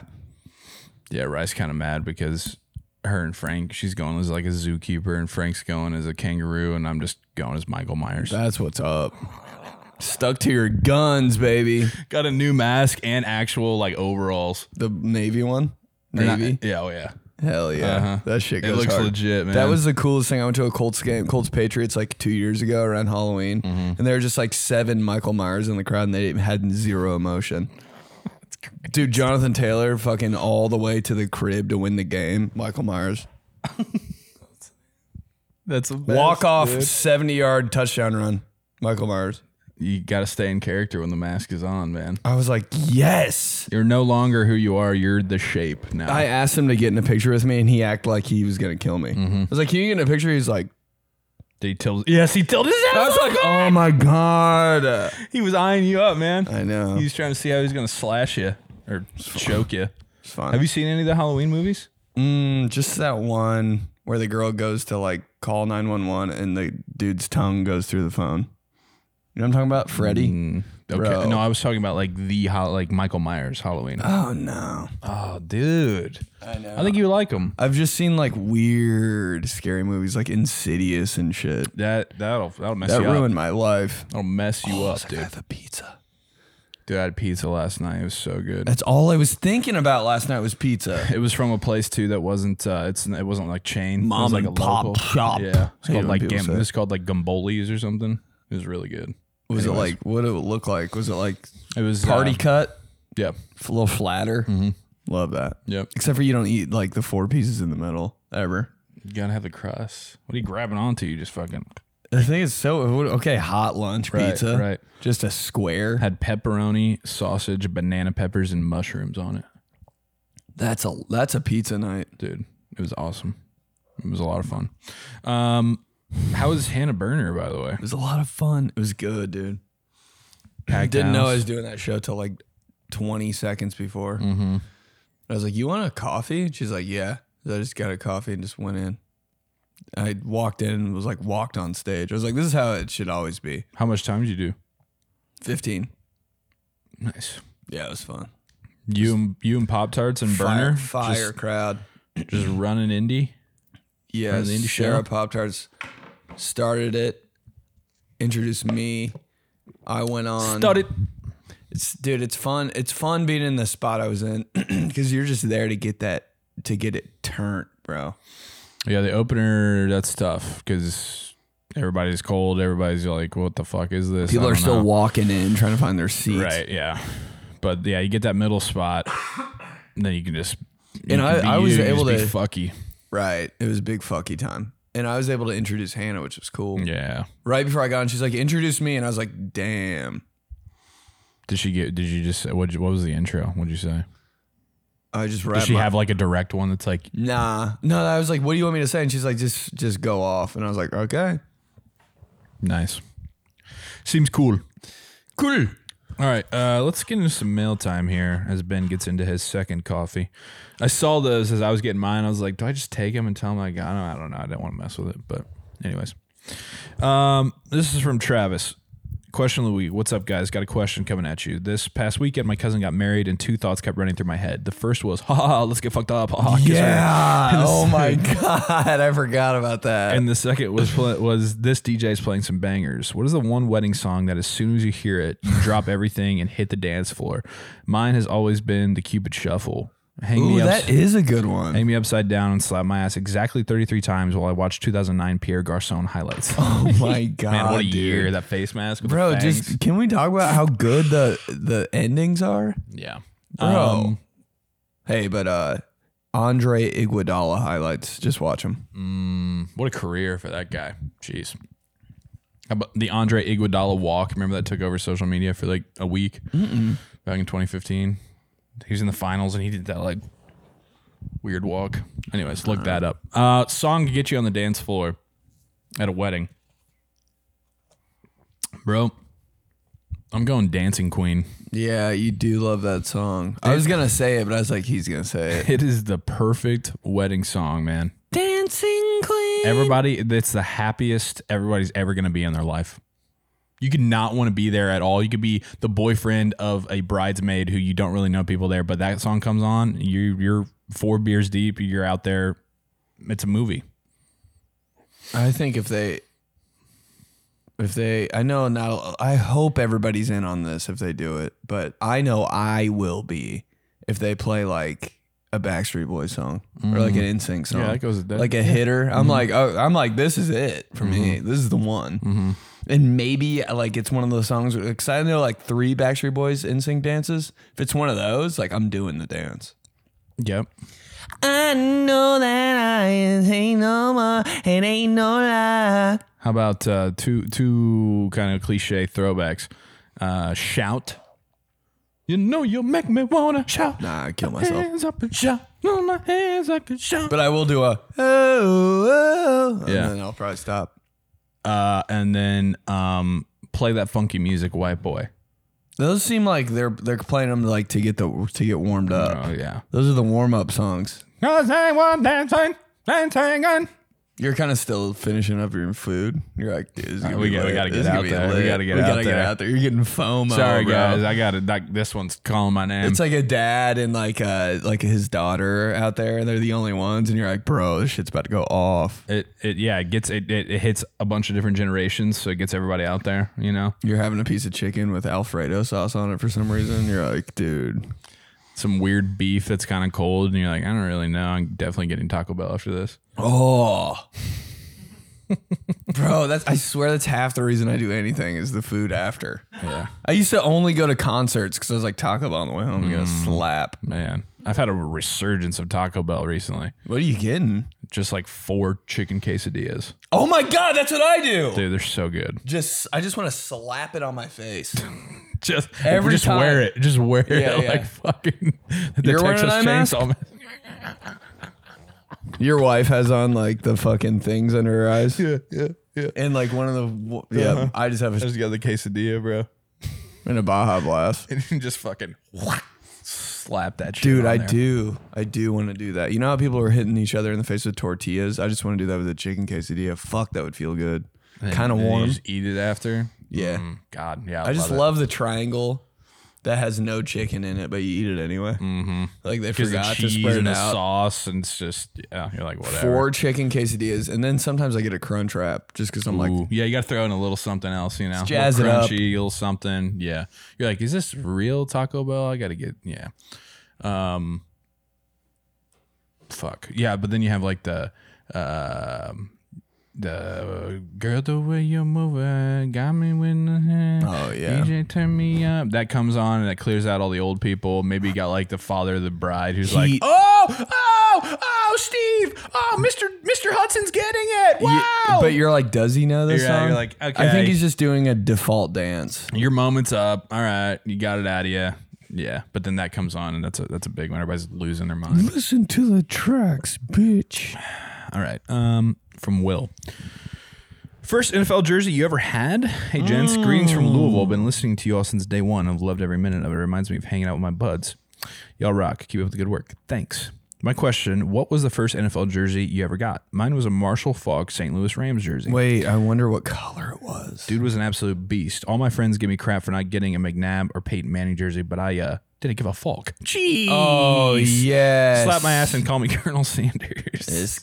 Speaker 2: Yeah, Rye's kind of mad because her and Frank, she's going as like a zookeeper, and Frank's going as a kangaroo, and I'm just going as Michael Myers.
Speaker 1: That's what's up. Stuck to your guns, baby.
Speaker 2: Got a new mask and actual like overalls.
Speaker 1: The navy one.
Speaker 2: They're not-
Speaker 1: Navy.
Speaker 2: yeah, oh yeah.
Speaker 1: Hell yeah.
Speaker 2: Uh-huh.
Speaker 1: That shit
Speaker 2: It
Speaker 1: goes
Speaker 2: looks
Speaker 1: hard.
Speaker 2: legit, man.
Speaker 1: That was the coolest thing. I went to a Colts game, Colts Patriots, like two years ago around Halloween,
Speaker 2: Mm-hmm.
Speaker 1: and there were just like seven Michael Myers in the crowd, and they had zero emotion. Dude, Jonathan Taylor, fucking all the way to the crib to win the game. Michael Myers,
Speaker 2: that's a
Speaker 1: walk off, seventy yard touchdown run. Michael Myers.
Speaker 2: You got to stay in character when the mask is on, man.
Speaker 1: I was like, yes.
Speaker 2: You're no longer who you are. You're the shape now.
Speaker 1: I asked him to get in a picture with me, and he acted like he was gonna kill me.
Speaker 2: Mm-hmm.
Speaker 1: I was like, "Can you get in a picture?" He's like,
Speaker 2: he tilted- yes, he tilted his
Speaker 1: "I
Speaker 2: ass.
Speaker 1: was like, oh my god."
Speaker 2: He was eyeing you up, man.
Speaker 1: I know.
Speaker 2: He was trying to see how he's gonna slash you or choke you.
Speaker 1: It's fine.
Speaker 2: Have you seen any of the Halloween movies?
Speaker 1: Mm, just that one where the girl goes to like call 911 and the dude's tongue goes through the phone. You know what I'm talking about? Freddy?
Speaker 2: Mm. Okay.
Speaker 1: Bro.
Speaker 2: No, I was talking about like the Hall- like Michael Myers Halloween.
Speaker 1: Oh, no.
Speaker 2: Oh, dude.
Speaker 1: I know.
Speaker 2: I think you like him.
Speaker 1: I've just seen like weird scary movies like Insidious and shit.
Speaker 2: That Oh, that'll that'll mess
Speaker 1: That
Speaker 2: you
Speaker 1: ruined
Speaker 2: up.
Speaker 1: my life.
Speaker 2: That'll mess you up, dude.
Speaker 1: the pizza.
Speaker 2: Dude, I had pizza last night. It was so good.
Speaker 1: That's all I was thinking about last night was pizza.
Speaker 2: It was from a place too that wasn't uh it's it wasn't like chain. it was
Speaker 1: Mom
Speaker 2: like
Speaker 1: and pop shop.
Speaker 2: Yeah. It's
Speaker 1: Hate
Speaker 2: called
Speaker 1: when
Speaker 2: like
Speaker 1: people
Speaker 2: gam-
Speaker 1: say.
Speaker 2: it's called like Gumboli's or something. It was really good.
Speaker 1: Was it
Speaker 2: Anyways.
Speaker 1: like, what did it look like? Was it like
Speaker 2: It was uh,
Speaker 1: party cut?
Speaker 2: yeah.
Speaker 1: A little flatter? Love that.
Speaker 2: Yep.
Speaker 1: Except for you don't eat like the four pieces in the middle ever.
Speaker 2: You gotta have the crust. What are you grabbing onto? You just fucking
Speaker 1: I think it's so okay. Hot lunch
Speaker 2: Right,
Speaker 1: pizza,
Speaker 2: right.
Speaker 1: Just a square.
Speaker 2: had pepperoni, sausage, banana peppers, and mushrooms on it.
Speaker 1: That's a that's a pizza night.
Speaker 2: dude. It was awesome. It was a lot of fun. Um, how is Hannah Burner, by the way?
Speaker 1: It was a lot of fun. It was good, dude. I
Speaker 2: Packed
Speaker 1: didn't know I
Speaker 2: house.
Speaker 1: was doing that show till like twenty seconds before.
Speaker 2: Mm-hmm.
Speaker 1: I was like, "You want a coffee?" And she's like, "Yeah." So I just got a coffee and just went in. I walked in and was like walked on stage. I was like, "This is how it should always be."
Speaker 2: How much time did you do?
Speaker 1: Fifteen.
Speaker 2: Nice.
Speaker 1: Yeah, it was fun.
Speaker 2: You and you and Pop Tarts and Burner
Speaker 1: fire, fire crowd.
Speaker 2: just, just running indie.
Speaker 1: Yeah,
Speaker 2: the indie show?
Speaker 1: Sarah Pop Tarts started it, introduced me. I went on.
Speaker 2: Started.
Speaker 1: It's dude, it's fun. It's fun being in the spot I was in because you're just there to get that to get it turned, bro.
Speaker 2: Yeah, the opener. That's tough because Everybody's cold. Everybody's like, "What the fuck is this?"
Speaker 1: People
Speaker 2: I
Speaker 1: are
Speaker 2: don't
Speaker 1: still
Speaker 2: know.
Speaker 1: walking in trying to find their seats.
Speaker 2: right. Yeah, but yeah, you get that middle spot, then you can just. you
Speaker 1: And
Speaker 2: can
Speaker 1: I-
Speaker 2: be
Speaker 1: I was
Speaker 2: you, you
Speaker 1: able to-
Speaker 2: just be fucky.
Speaker 1: Right. It was big fucky time. And I was able to introduce Hannah, which was cool.
Speaker 2: Yeah.
Speaker 1: Right before I got in, she's like, introduce me. And I was like, damn.
Speaker 2: Did she get? Did you just? What? What was the intro? What'd you say?
Speaker 1: I just
Speaker 2: Does
Speaker 1: wrapped
Speaker 2: she
Speaker 1: my-
Speaker 2: have like a direct one that's like?
Speaker 1: Nah. No, I was like, what do you want me to say? And she's like, just just go off. And I was like, okay.
Speaker 2: Nice. Seems cool. Cool. All right, uh, let's get into some mail time here as Ben gets into his second coffee. I saw those as I was getting mine. I was like, do I just take them and tell him I got 'em? I don't know. I didn't want to mess with it. But, anyways, um, this is from Travis. Question of the week. What's up, guys? Got a question coming at you. This past weekend, my cousin got married, and two thoughts kept running through my head. The first was, ha, ha, ha, let's get fucked up. Ha, ha, kiss her."
Speaker 1: Oh my God. I forgot about that.
Speaker 2: And the second was pl- was this DJ's playing some bangers. What is the one wedding song that as soon as you hear it, you drop everything and hit the dance floor? Mine has always been the Cupid Shuffle. Hang
Speaker 1: Ooh,
Speaker 2: me up.
Speaker 1: that is a good one.
Speaker 2: Hang me upside down and slap my ass exactly 33 times while I watch 2009 Pierre Garcon highlights.
Speaker 1: Oh my god,
Speaker 2: Man, what a
Speaker 1: dude.
Speaker 2: year! That face mask, with the
Speaker 1: bro!
Speaker 2: fangs.
Speaker 1: Just can we talk about how good the the endings are?
Speaker 2: yeah,
Speaker 1: Bro.
Speaker 2: Um,
Speaker 1: Hey, but uh, Andre Iguodala highlights. Just watch him.
Speaker 2: what a career for that guy. Jeez. How about the Andre Iguodala walk? Remember that took over social media for like a week back in 2015. He was in the finals and he did that like weird walk. Anyways, look that up. Uh, song to get you on the dance floor at a wedding, bro. I'm going Dancing Queen.
Speaker 1: Yeah, you do love that song. I was gonna say it, but I was like, he's gonna say it.
Speaker 2: It is the perfect wedding song, man.
Speaker 1: Dancing queen.
Speaker 2: Everybody, that's the happiest everybody's ever going to be in their life. You could not want to be there at all. You could be the boyfriend of a bridesmaid who you don't really know people there, but that song comes on, you you're four beers deep, you're out there. It's a movie.
Speaker 1: I think if they, if they, I know not. I hope everybody's in on this if they do it, but I know I will be if they play like a Backstreet Boys song or like an NSYNC song.
Speaker 2: goes Mm. that. Mm-hmm.
Speaker 1: like a hitter. I'm like, oh, I'm like, this is it for me. This is the one.
Speaker 2: Mm-hmm.
Speaker 1: And maybe like it's one of those songs because I know like three Backstreet Boys NSYNC dances. If it's one of those, like I'm doing the dance.
Speaker 2: yep.
Speaker 1: I know that I ain't no more and ain't no lie.
Speaker 2: How about uh, two two kind of cliche throwbacks? Uh, shout. You know you make me wanna shout.
Speaker 1: Nah, I kill myself.
Speaker 2: Hands up and shout. On my hands up and shout.
Speaker 1: But I will do a oh, oh and
Speaker 2: Yeah.
Speaker 1: then I'll probably stop.
Speaker 2: uh, and then um, play that funky music, white boy.
Speaker 1: Those seem like they're they're playing them like to get the to get warmed up.
Speaker 2: Oh yeah.
Speaker 1: Those are the warm up songs. You're kind of still finishing up your food. You're like, dude, this is gonna
Speaker 2: Uh, we
Speaker 1: be
Speaker 2: got- we
Speaker 1: lit.
Speaker 2: gotta get
Speaker 1: This is
Speaker 2: out
Speaker 1: gonna be
Speaker 2: there. We
Speaker 1: lit.
Speaker 2: gotta get
Speaker 1: we
Speaker 2: out
Speaker 1: gotta
Speaker 2: there.
Speaker 1: Get out there. You're getting FOMO.
Speaker 2: Sorry
Speaker 1: Oh, bro.
Speaker 2: guys, I got it. Like, this one's calling my name.
Speaker 1: It's like a dad and like uh like his daughter out there, and they're the only ones. And you're like, bro, this shit's about to go off.
Speaker 2: it, it yeah, it gets it, it it hits a bunch of different generations, so it gets everybody out there. You know,
Speaker 1: You're having a piece of chicken with Alfredo sauce on it for some reason. You're like, dude,
Speaker 2: some weird beef that's kind of cold, and you're like, I don't really know. I'm definitely getting Taco Bell after this.
Speaker 1: oh. Bro, that's I swear that's half the reason I do anything is the food after.
Speaker 2: Yeah,
Speaker 1: I used to only go to concerts because I was like Taco Bell on the way home. I'm gonna slap.
Speaker 2: man, I've had a resurgence of Taco Bell recently.
Speaker 1: What are you getting?
Speaker 2: Just like four chicken quesadillas,
Speaker 1: Oh my god, that's what I do.
Speaker 2: dude. They're so good.
Speaker 1: Just I just want to slap it on my face.
Speaker 2: Just
Speaker 1: Every
Speaker 2: just
Speaker 1: time.
Speaker 2: wear it. Just wear
Speaker 1: Yeah,
Speaker 2: it
Speaker 1: yeah.
Speaker 2: like fucking the
Speaker 1: You're wearing an eye
Speaker 2: Texas
Speaker 1: mask?
Speaker 2: Chainsaw. Mask.
Speaker 1: Your wife has on like the fucking things under her eyes.
Speaker 3: Yeah, yeah, yeah.
Speaker 1: And like one of the yeah, I just have a,
Speaker 3: Just got the quesadilla, bro.
Speaker 1: and a Baja Blast.
Speaker 2: just fucking slap that shit.
Speaker 1: Dude,
Speaker 2: on
Speaker 1: I
Speaker 2: there.
Speaker 1: do, I do want to do that. You know how people are hitting each other in the face with tortillas? I just want to do that with a chicken quesadilla. Fuck, that would feel good. Kind of
Speaker 2: And then you
Speaker 1: warm.
Speaker 2: just eat it after.
Speaker 1: Yeah.
Speaker 2: Mm, God, yeah.
Speaker 1: I just love the triangle that has no chicken in it, but you eat it anyway. Mm-hmm. Like they
Speaker 2: because the
Speaker 1: forgot to
Speaker 2: cheese
Speaker 1: spread
Speaker 2: and
Speaker 1: it
Speaker 2: the
Speaker 1: out.
Speaker 2: sauce, and it's just yeah. You're like whatever.
Speaker 1: Four chicken quesadillas, and then sometimes I get a crunch wrap just because I'm like,
Speaker 2: Ooh. yeah, you got to throw in a little something else, you know,
Speaker 1: jazz
Speaker 2: a
Speaker 1: it
Speaker 2: little
Speaker 1: up.
Speaker 2: crunchy, a little something. Yeah, you're like, is this real Taco Bell? I got to get yeah. Um, fuck yeah, but then you have like the um The girl, the way you're moving, got me with the hand.
Speaker 1: Oh, yeah.
Speaker 2: DJ, turn me up. That comes on and that clears out all the old people. Maybe you got like the father of the bride who's like,
Speaker 1: He-
Speaker 2: oh, oh, oh, Steve, oh, Mister Mister Hudson's getting it. Wow.
Speaker 1: Y- but you're like, does he know this
Speaker 2: Yeah,
Speaker 1: song?
Speaker 2: you're like,
Speaker 1: I
Speaker 2: okay.
Speaker 1: think he's just doing a default dance.
Speaker 2: Your moment's up. All right, you got it out of you. Yeah, but then that comes on and that's a that's a big one. Everybody's losing their mind.
Speaker 1: Listen to the tracks, bitch.
Speaker 2: All right. Um, from Will. First NFL jersey you ever had? Hey, gents, greetings from Louisville. Been listening to you all since day one. I've loved every minute of it. It reminds me of hanging out with my buds. Y'all rock. Keep up the good work. Thanks. My question What was the first NFL jersey you ever got? Mine was a Marshall Fogg St. Louis Rams jersey.
Speaker 1: Wait, I wonder what color it was.
Speaker 2: Dude was an absolute beast. All my friends give me crap for not getting a McNabb or Peyton Manning jersey, but I uh, didn't give a fuck. Jeez.
Speaker 1: Oh yes.
Speaker 2: Slap my ass and call me Colonel Sanders.
Speaker 1: This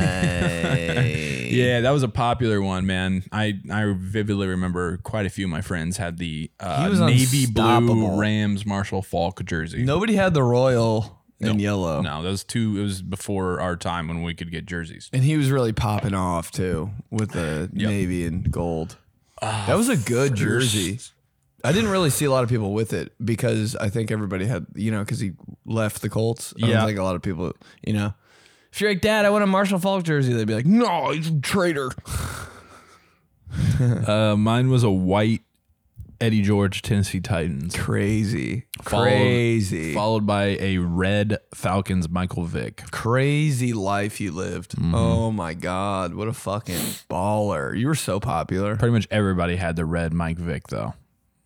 Speaker 1: guy.
Speaker 2: Yeah, that was a popular one, man. I, I vividly remember quite a few of my friends had the uh,
Speaker 1: He was
Speaker 2: navy blue
Speaker 1: unstoppable.
Speaker 2: Rams Marshall Falk jersey.
Speaker 1: Nobody had the royal in yellow.
Speaker 2: no, those two. It was before our time when we could get jerseys.
Speaker 1: And he was really popping off too with the navy and gold.
Speaker 2: Oh,
Speaker 1: that was a good jersey. I didn't really see a lot of people with it because I think everybody had, you know, because he left the Colts. I
Speaker 2: Yeah.
Speaker 1: don't think a lot of people, you know. If you're like, Dad, I want a Marshall Falk jersey, they'd be like, No, he's a traitor.
Speaker 2: Uh, mine was a white Eddie George Tennessee Titans.
Speaker 1: Crazy.
Speaker 2: Followed-
Speaker 1: Crazy.
Speaker 2: Followed by a red Falcons Michael Vick.
Speaker 1: Crazy life you lived. Oh my God. What a fucking baller. You were so popular.
Speaker 2: Pretty much everybody had the red Mike Vick though.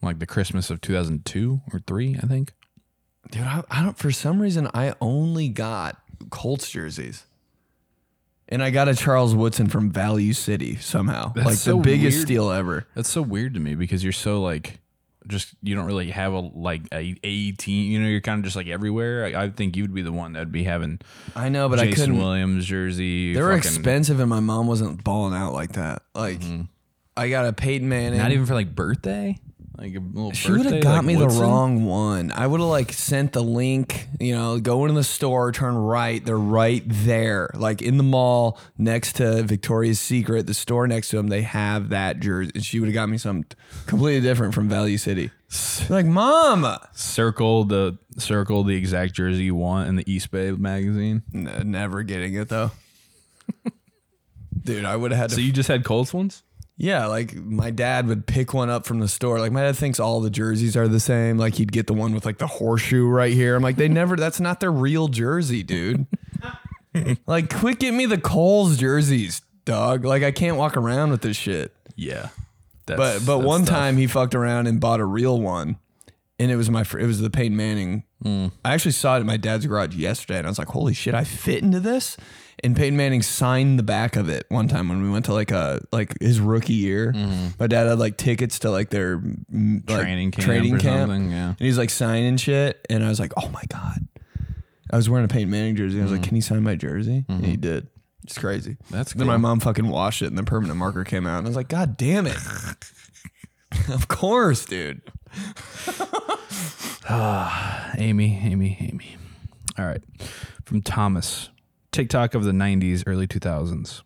Speaker 2: Like the Christmas of 2002 or 3, I think.
Speaker 1: Dude, I, I don't. For some reason, I only got Colts jerseys, and I got a Charles Woodson from Value City somehow.
Speaker 2: That's
Speaker 1: like
Speaker 2: so
Speaker 1: the biggest
Speaker 2: weird.
Speaker 1: steal ever.
Speaker 2: That's so weird to me because you're so like just you don't really have a like a, a team, you know, you're kind of just like everywhere. I, I think you'd be the one that'd be having
Speaker 1: I know, Oh, but I
Speaker 2: Jason
Speaker 1: couldn't.
Speaker 2: Williams jersey.
Speaker 1: They were
Speaker 2: fucking-
Speaker 1: expensive, and my mom wasn't balling out like that. Like, I got a Peyton Manning.
Speaker 2: Not even for like birthday? Like a little
Speaker 1: she would
Speaker 2: birthday.
Speaker 1: have got
Speaker 2: like
Speaker 1: me
Speaker 2: Woodson?
Speaker 1: the wrong one. I would have like sent the link. You know, go into the store, turn right. They're right there, like in the mall next to Victoria's Secret. The store next to them, they have that jersey. And she would have got me something completely different from Value City. like, mom,
Speaker 2: circle the circle the exact jersey you want in the East Bay magazine.
Speaker 1: N- never getting it though. Dude, I would have had to.
Speaker 2: So you just had Colts ones?
Speaker 1: yeah, like my dad would pick one up from the store. Like my dad thinks all the jerseys are the same. Like he'd get the one with like the horseshoe right here. I'm like, they never. That's not their real jersey, dude. like, quick, get me the Coles jerseys, dog. Like I can't walk around with this shit.
Speaker 2: Yeah. That's,
Speaker 1: But but
Speaker 2: that's
Speaker 1: one
Speaker 2: tough.
Speaker 1: time he fucked around and bought a real one, and it was my fr- it was the Peyton Manning.
Speaker 2: Mm.
Speaker 1: I actually saw it at my dad's garage yesterday, and I was like, "Holy shit, I fit into this!" And Peyton Manning signed the back of it one time when we went to like a like his rookie year. My dad had like tickets to like their mm, like,
Speaker 2: Mm-hmm. Training camp
Speaker 1: training
Speaker 2: or
Speaker 1: camp,
Speaker 2: something, yeah.
Speaker 1: and he's like signing shit, and I was like, "Oh my god!" I was wearing a Peyton Manning jersey. and I was like, "Can he sign my jersey?" And he did. It's crazy.
Speaker 2: Mm-hmm. That's
Speaker 1: Then my
Speaker 2: cool.
Speaker 1: mom fucking washed it, and the permanent marker came out, and I was like, "God damn it!" Of course, dude.
Speaker 2: Amy, Amy, Amy. All right. From Thomas. TikTok of the 90s, early 2000s.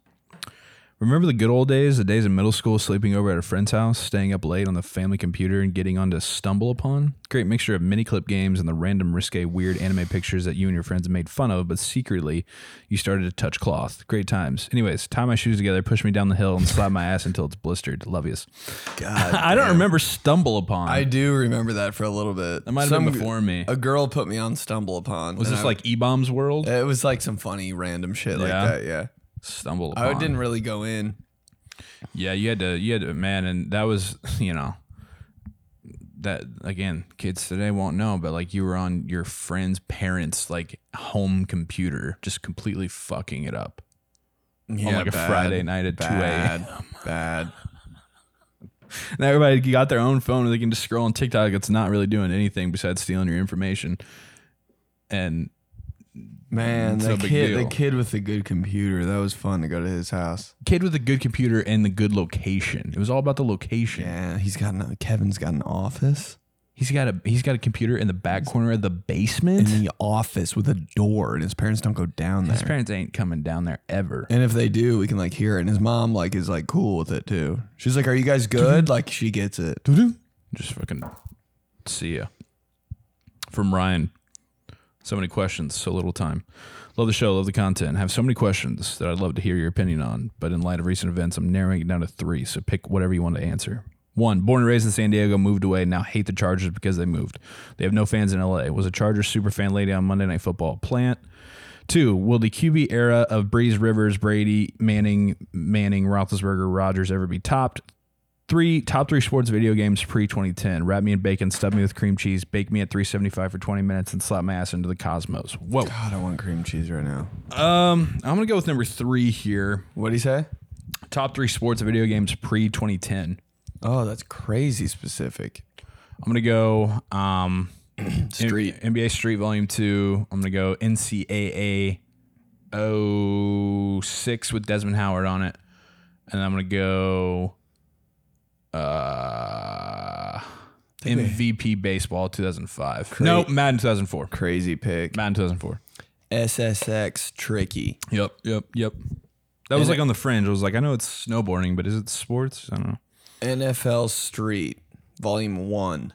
Speaker 2: Remember the good old days, the days in middle school, sleeping over at a friend's house, staying up late on the family computer, and getting onto Stumble Upon? Great mixture of mini clip games and the random risque, weird anime pictures that you and your friends made fun of, but secretly you started to touch cloth. Great times. Anyways, tie my shoes together, push me down the hill, and slap my ass until it's blistered. Love yous.
Speaker 1: God,
Speaker 2: I don't remember Stumble Upon.
Speaker 1: I do remember that for a little bit. That
Speaker 2: might have Mm. been before me.
Speaker 1: A girl put me on stumble upon.
Speaker 2: was
Speaker 1: and
Speaker 2: this
Speaker 1: I- Uh,
Speaker 2: like E Bomb's World?
Speaker 1: it was like some funny random shit like
Speaker 2: Yeah?
Speaker 1: that? Yeah,
Speaker 2: Stumble Upon.
Speaker 1: I didn't really go in.
Speaker 2: Yeah, you had to, you had to, man, and that was, you know, that again, kids today won't know, but like you were on your friend's parents' like home computer, just completely fucking it up
Speaker 1: Yeah,
Speaker 2: on like a
Speaker 1: bad,
Speaker 2: Friday night at two a.m.
Speaker 1: Bad, bad.
Speaker 2: And everybody got their own phone and they can just scroll on TikTok. It's not really doing anything besides stealing your information. And
Speaker 1: Man,
Speaker 2: It's
Speaker 1: the
Speaker 2: no big
Speaker 1: kid,
Speaker 2: deal.
Speaker 1: the kid with the good computer. That was fun to go to his house.
Speaker 2: kid with a good computer and the good location. It was all about the location.
Speaker 1: Yeah, he's got an, Kevin's got an office.
Speaker 2: He's got a he's got a computer in the back corner of the basement.
Speaker 1: in the office with a door, and his parents don't go down there.
Speaker 2: His parents ain't coming down there ever.
Speaker 1: and if they do, we can like hear it. And his mom like is like cool with it too. She's like, "Are you guys good?" Like she gets it.
Speaker 2: Just fucking see ya. From Ryan. So many questions, so little time. Love the show, love the content. Have so many questions that I'd love to hear your opinion on, but in light of recent events, I'm narrowing it down to three, so pick whatever you want to answer. One, born and raised in San Diego, moved away, now hate the Chargers because they moved. They have no fans in LA. Was a Chargers super fan lady on Monday Night Football. Plant. Two, will the QB era of Breeze, Rivers, Brady, Manning, Manning, Roethlisberger, Rogers ever be topped? Three top three sports video games pre 2010. Wrap me in bacon, stub me with cream cheese, bake me at 375 for 20 minutes, and slap my ass into the cosmos. Whoa.
Speaker 1: God, I want cream cheese right now.
Speaker 2: Um, I'm gonna go with number three here.
Speaker 1: What do you say?
Speaker 2: Top three sports video games pre 2010.
Speaker 1: Oh, that's crazy specific.
Speaker 2: I'm gonna go um
Speaker 1: Street.
Speaker 2: N- NBA Street Volume Two. I'm gonna go NCAA 06 with Desmond Howard on it, and I'm gonna go uh MVP Baseball 2005. No, Madden 2004.
Speaker 1: Crazy pick.
Speaker 2: Madden 2004.
Speaker 1: SSX tricky.
Speaker 2: Yep, yep, yep. That was like on the fringe. I was like, I know it's snowboarding, but is it sports? I don't know.
Speaker 1: NFL Street, Volume One.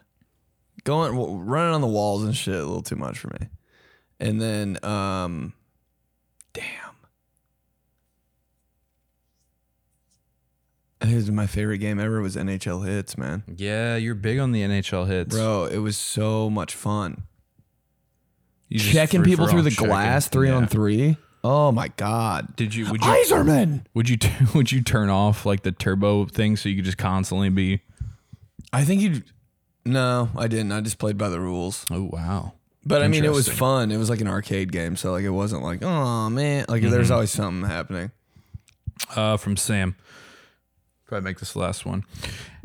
Speaker 1: Going w- running on the walls and shit a little too much for me. And then, um, damn, it was my favorite game ever was NHL Hits, man.
Speaker 2: Yeah, you're big on the NHL hits.
Speaker 1: Bro, it was so much fun.
Speaker 2: You just
Speaker 1: Checking
Speaker 2: free
Speaker 1: people
Speaker 2: for
Speaker 1: through
Speaker 2: all
Speaker 1: the
Speaker 2: checking.
Speaker 1: glass, three
Speaker 2: Yeah.
Speaker 1: on three. Oh my god,
Speaker 2: Did you would you
Speaker 1: Iserman!
Speaker 2: Would you would you turn off like the turbo thing so you could just constantly be?
Speaker 1: I think you. No, I didn't. I just played by the rules.
Speaker 2: Oh wow!
Speaker 1: But I mean, it was
Speaker 2: Interesting.
Speaker 1: fun. It was like an arcade game, so like it wasn't like oh man, like there's always something happening.
Speaker 2: Uh, from Sam. Probably make this the last one.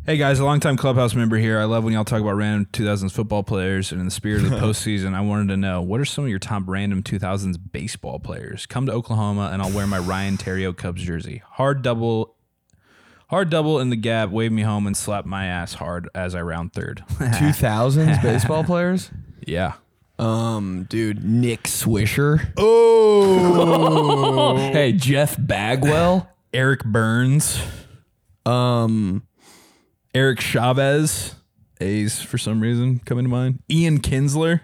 Speaker 2: Hey guys, a longtime clubhouse member here. I love when y'all talk about random 2000s football players, and in the spirit of the postseason, I wanted to know what are some of your top random 2000s baseball players? Come to Oklahoma, and I'll wear my Ryan Terrio Cubs jersey. Hard double, hard double in the gap. Wave me home and slap my ass hard as I round third.
Speaker 1: Two thousands baseball players.
Speaker 2: yeah.
Speaker 1: Um, dude, Nick Swisher. Oh, hey, Jeff Bagwell.
Speaker 2: Eric Burns.
Speaker 1: Um,
Speaker 2: Eric Chavez. A's for some reason coming to mind. Ian Kinsler.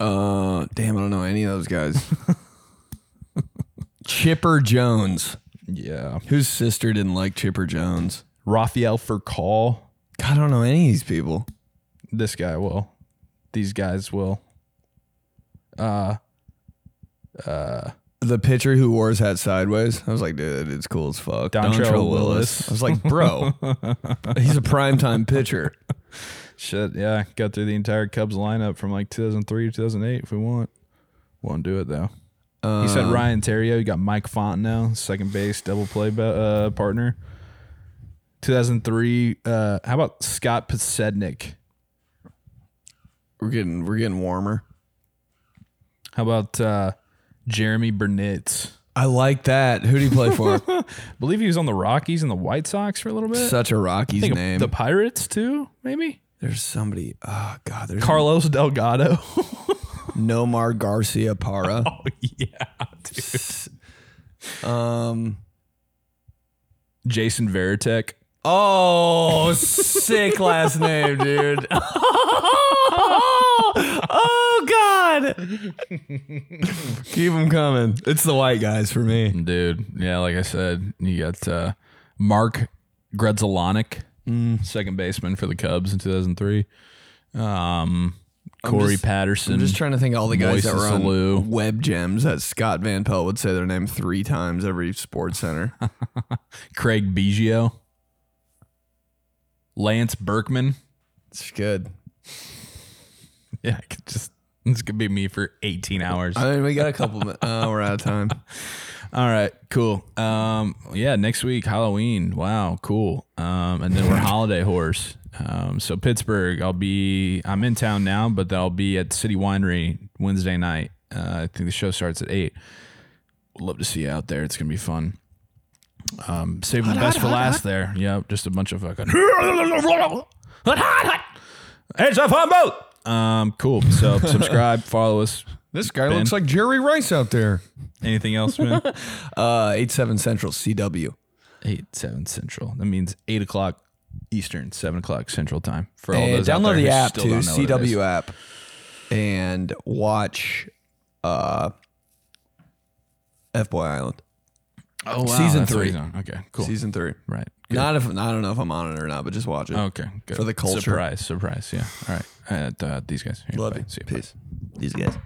Speaker 1: uh, damn, I don't know any of those guys. Chipper Jones,
Speaker 2: Yeah.
Speaker 1: whose sister didn't like Chipper Jones.
Speaker 2: Raphael Furcal.
Speaker 1: God, I don't know any of these people.
Speaker 2: This guy will. These guys will.
Speaker 1: the pitcher who wore his hat sideways. I was like, dude, it's cool as fuck.
Speaker 2: Dontrell Willis.
Speaker 1: I was like, bro, he's a primetime pitcher.
Speaker 2: Shit. Yeah. Go through the entire Cubs lineup from like 2003 to 2008 if we want. Won't do it though. he said Ryan Terrio. You got Mike Font now, second base double play ba- uh, partner. 2003. Uh, how about Scott Pasednik?
Speaker 1: We're getting we're getting warmer.
Speaker 2: How about uh, Jeremy Burnett?
Speaker 1: I like that. Who do you play for?
Speaker 2: believe he was on the Rockies and the White Sox for a little bit.
Speaker 1: Such a Rockies
Speaker 2: think
Speaker 1: name.
Speaker 2: the Pirates too, maybe.
Speaker 1: there's somebody. Oh God, there's
Speaker 2: Carlos Delgado.
Speaker 1: Nomar Garcia Para.
Speaker 2: oh yeah, dude.
Speaker 1: Um.
Speaker 2: Jason Veritek.
Speaker 1: Oh, sick last name, dude. oh God. Keep them coming. It's the white guys for me.
Speaker 2: Dude, yeah, like I said, you got uh, Mark Gretzelonic, second baseman for the Cubs in 2003. Um, Corey
Speaker 1: just-
Speaker 2: Patterson.
Speaker 1: I'm just trying to think of all the guys that
Speaker 2: Moises
Speaker 1: were on
Speaker 2: Alou.
Speaker 1: Web Gems that Scott Van Pelt would say their name three times every sports center.
Speaker 2: Craig Biggio. Lance Berkman.
Speaker 1: it's good.
Speaker 2: Yeah, I could just this could be me for 18 hours.
Speaker 1: I mean, we got a couple. mi- Oh, we're out of time.
Speaker 2: All right, cool. Um, yeah, next week Halloween. Wow, cool. Um, and then we're holiday horse. Um, so Pittsburgh, I'll be. I'm in town now, but I'll be at City Winery Wednesday night. Uh, I think the show starts at eight. Would love to see you out there. It's gonna be fun. Um, saving the best for last there. Yep, just a bunch of fucking. It's a fun boat. Um, cool. So subscribe, follow us.
Speaker 1: This guy looks like Jerry Rice out there.
Speaker 2: Anything else, man?
Speaker 1: Uh, eight seven Central CW.
Speaker 2: Eight seven central. That means eight o'clock Eastern, seven o'clock Central time for all
Speaker 1: And
Speaker 2: those. out
Speaker 1: download
Speaker 2: there
Speaker 1: the
Speaker 2: who
Speaker 1: app
Speaker 2: still
Speaker 1: too,
Speaker 2: don't know what it is.
Speaker 1: CW app, and watch uh, F Boy Island
Speaker 2: Oh, wow,
Speaker 1: Season
Speaker 2: that's what
Speaker 1: three.
Speaker 2: he's on. Okay, cool.
Speaker 1: season three.
Speaker 2: right. Good.
Speaker 1: Not if I don't know if I'm on it or not, but just watch it.
Speaker 2: okay. Good.
Speaker 1: for the culture.
Speaker 2: Surprise, surprise. Yeah. All right. Uh, uh, these guys. Here,
Speaker 1: Love
Speaker 2: bye.
Speaker 1: you.
Speaker 2: See you. Bye.
Speaker 1: Peace. These guys.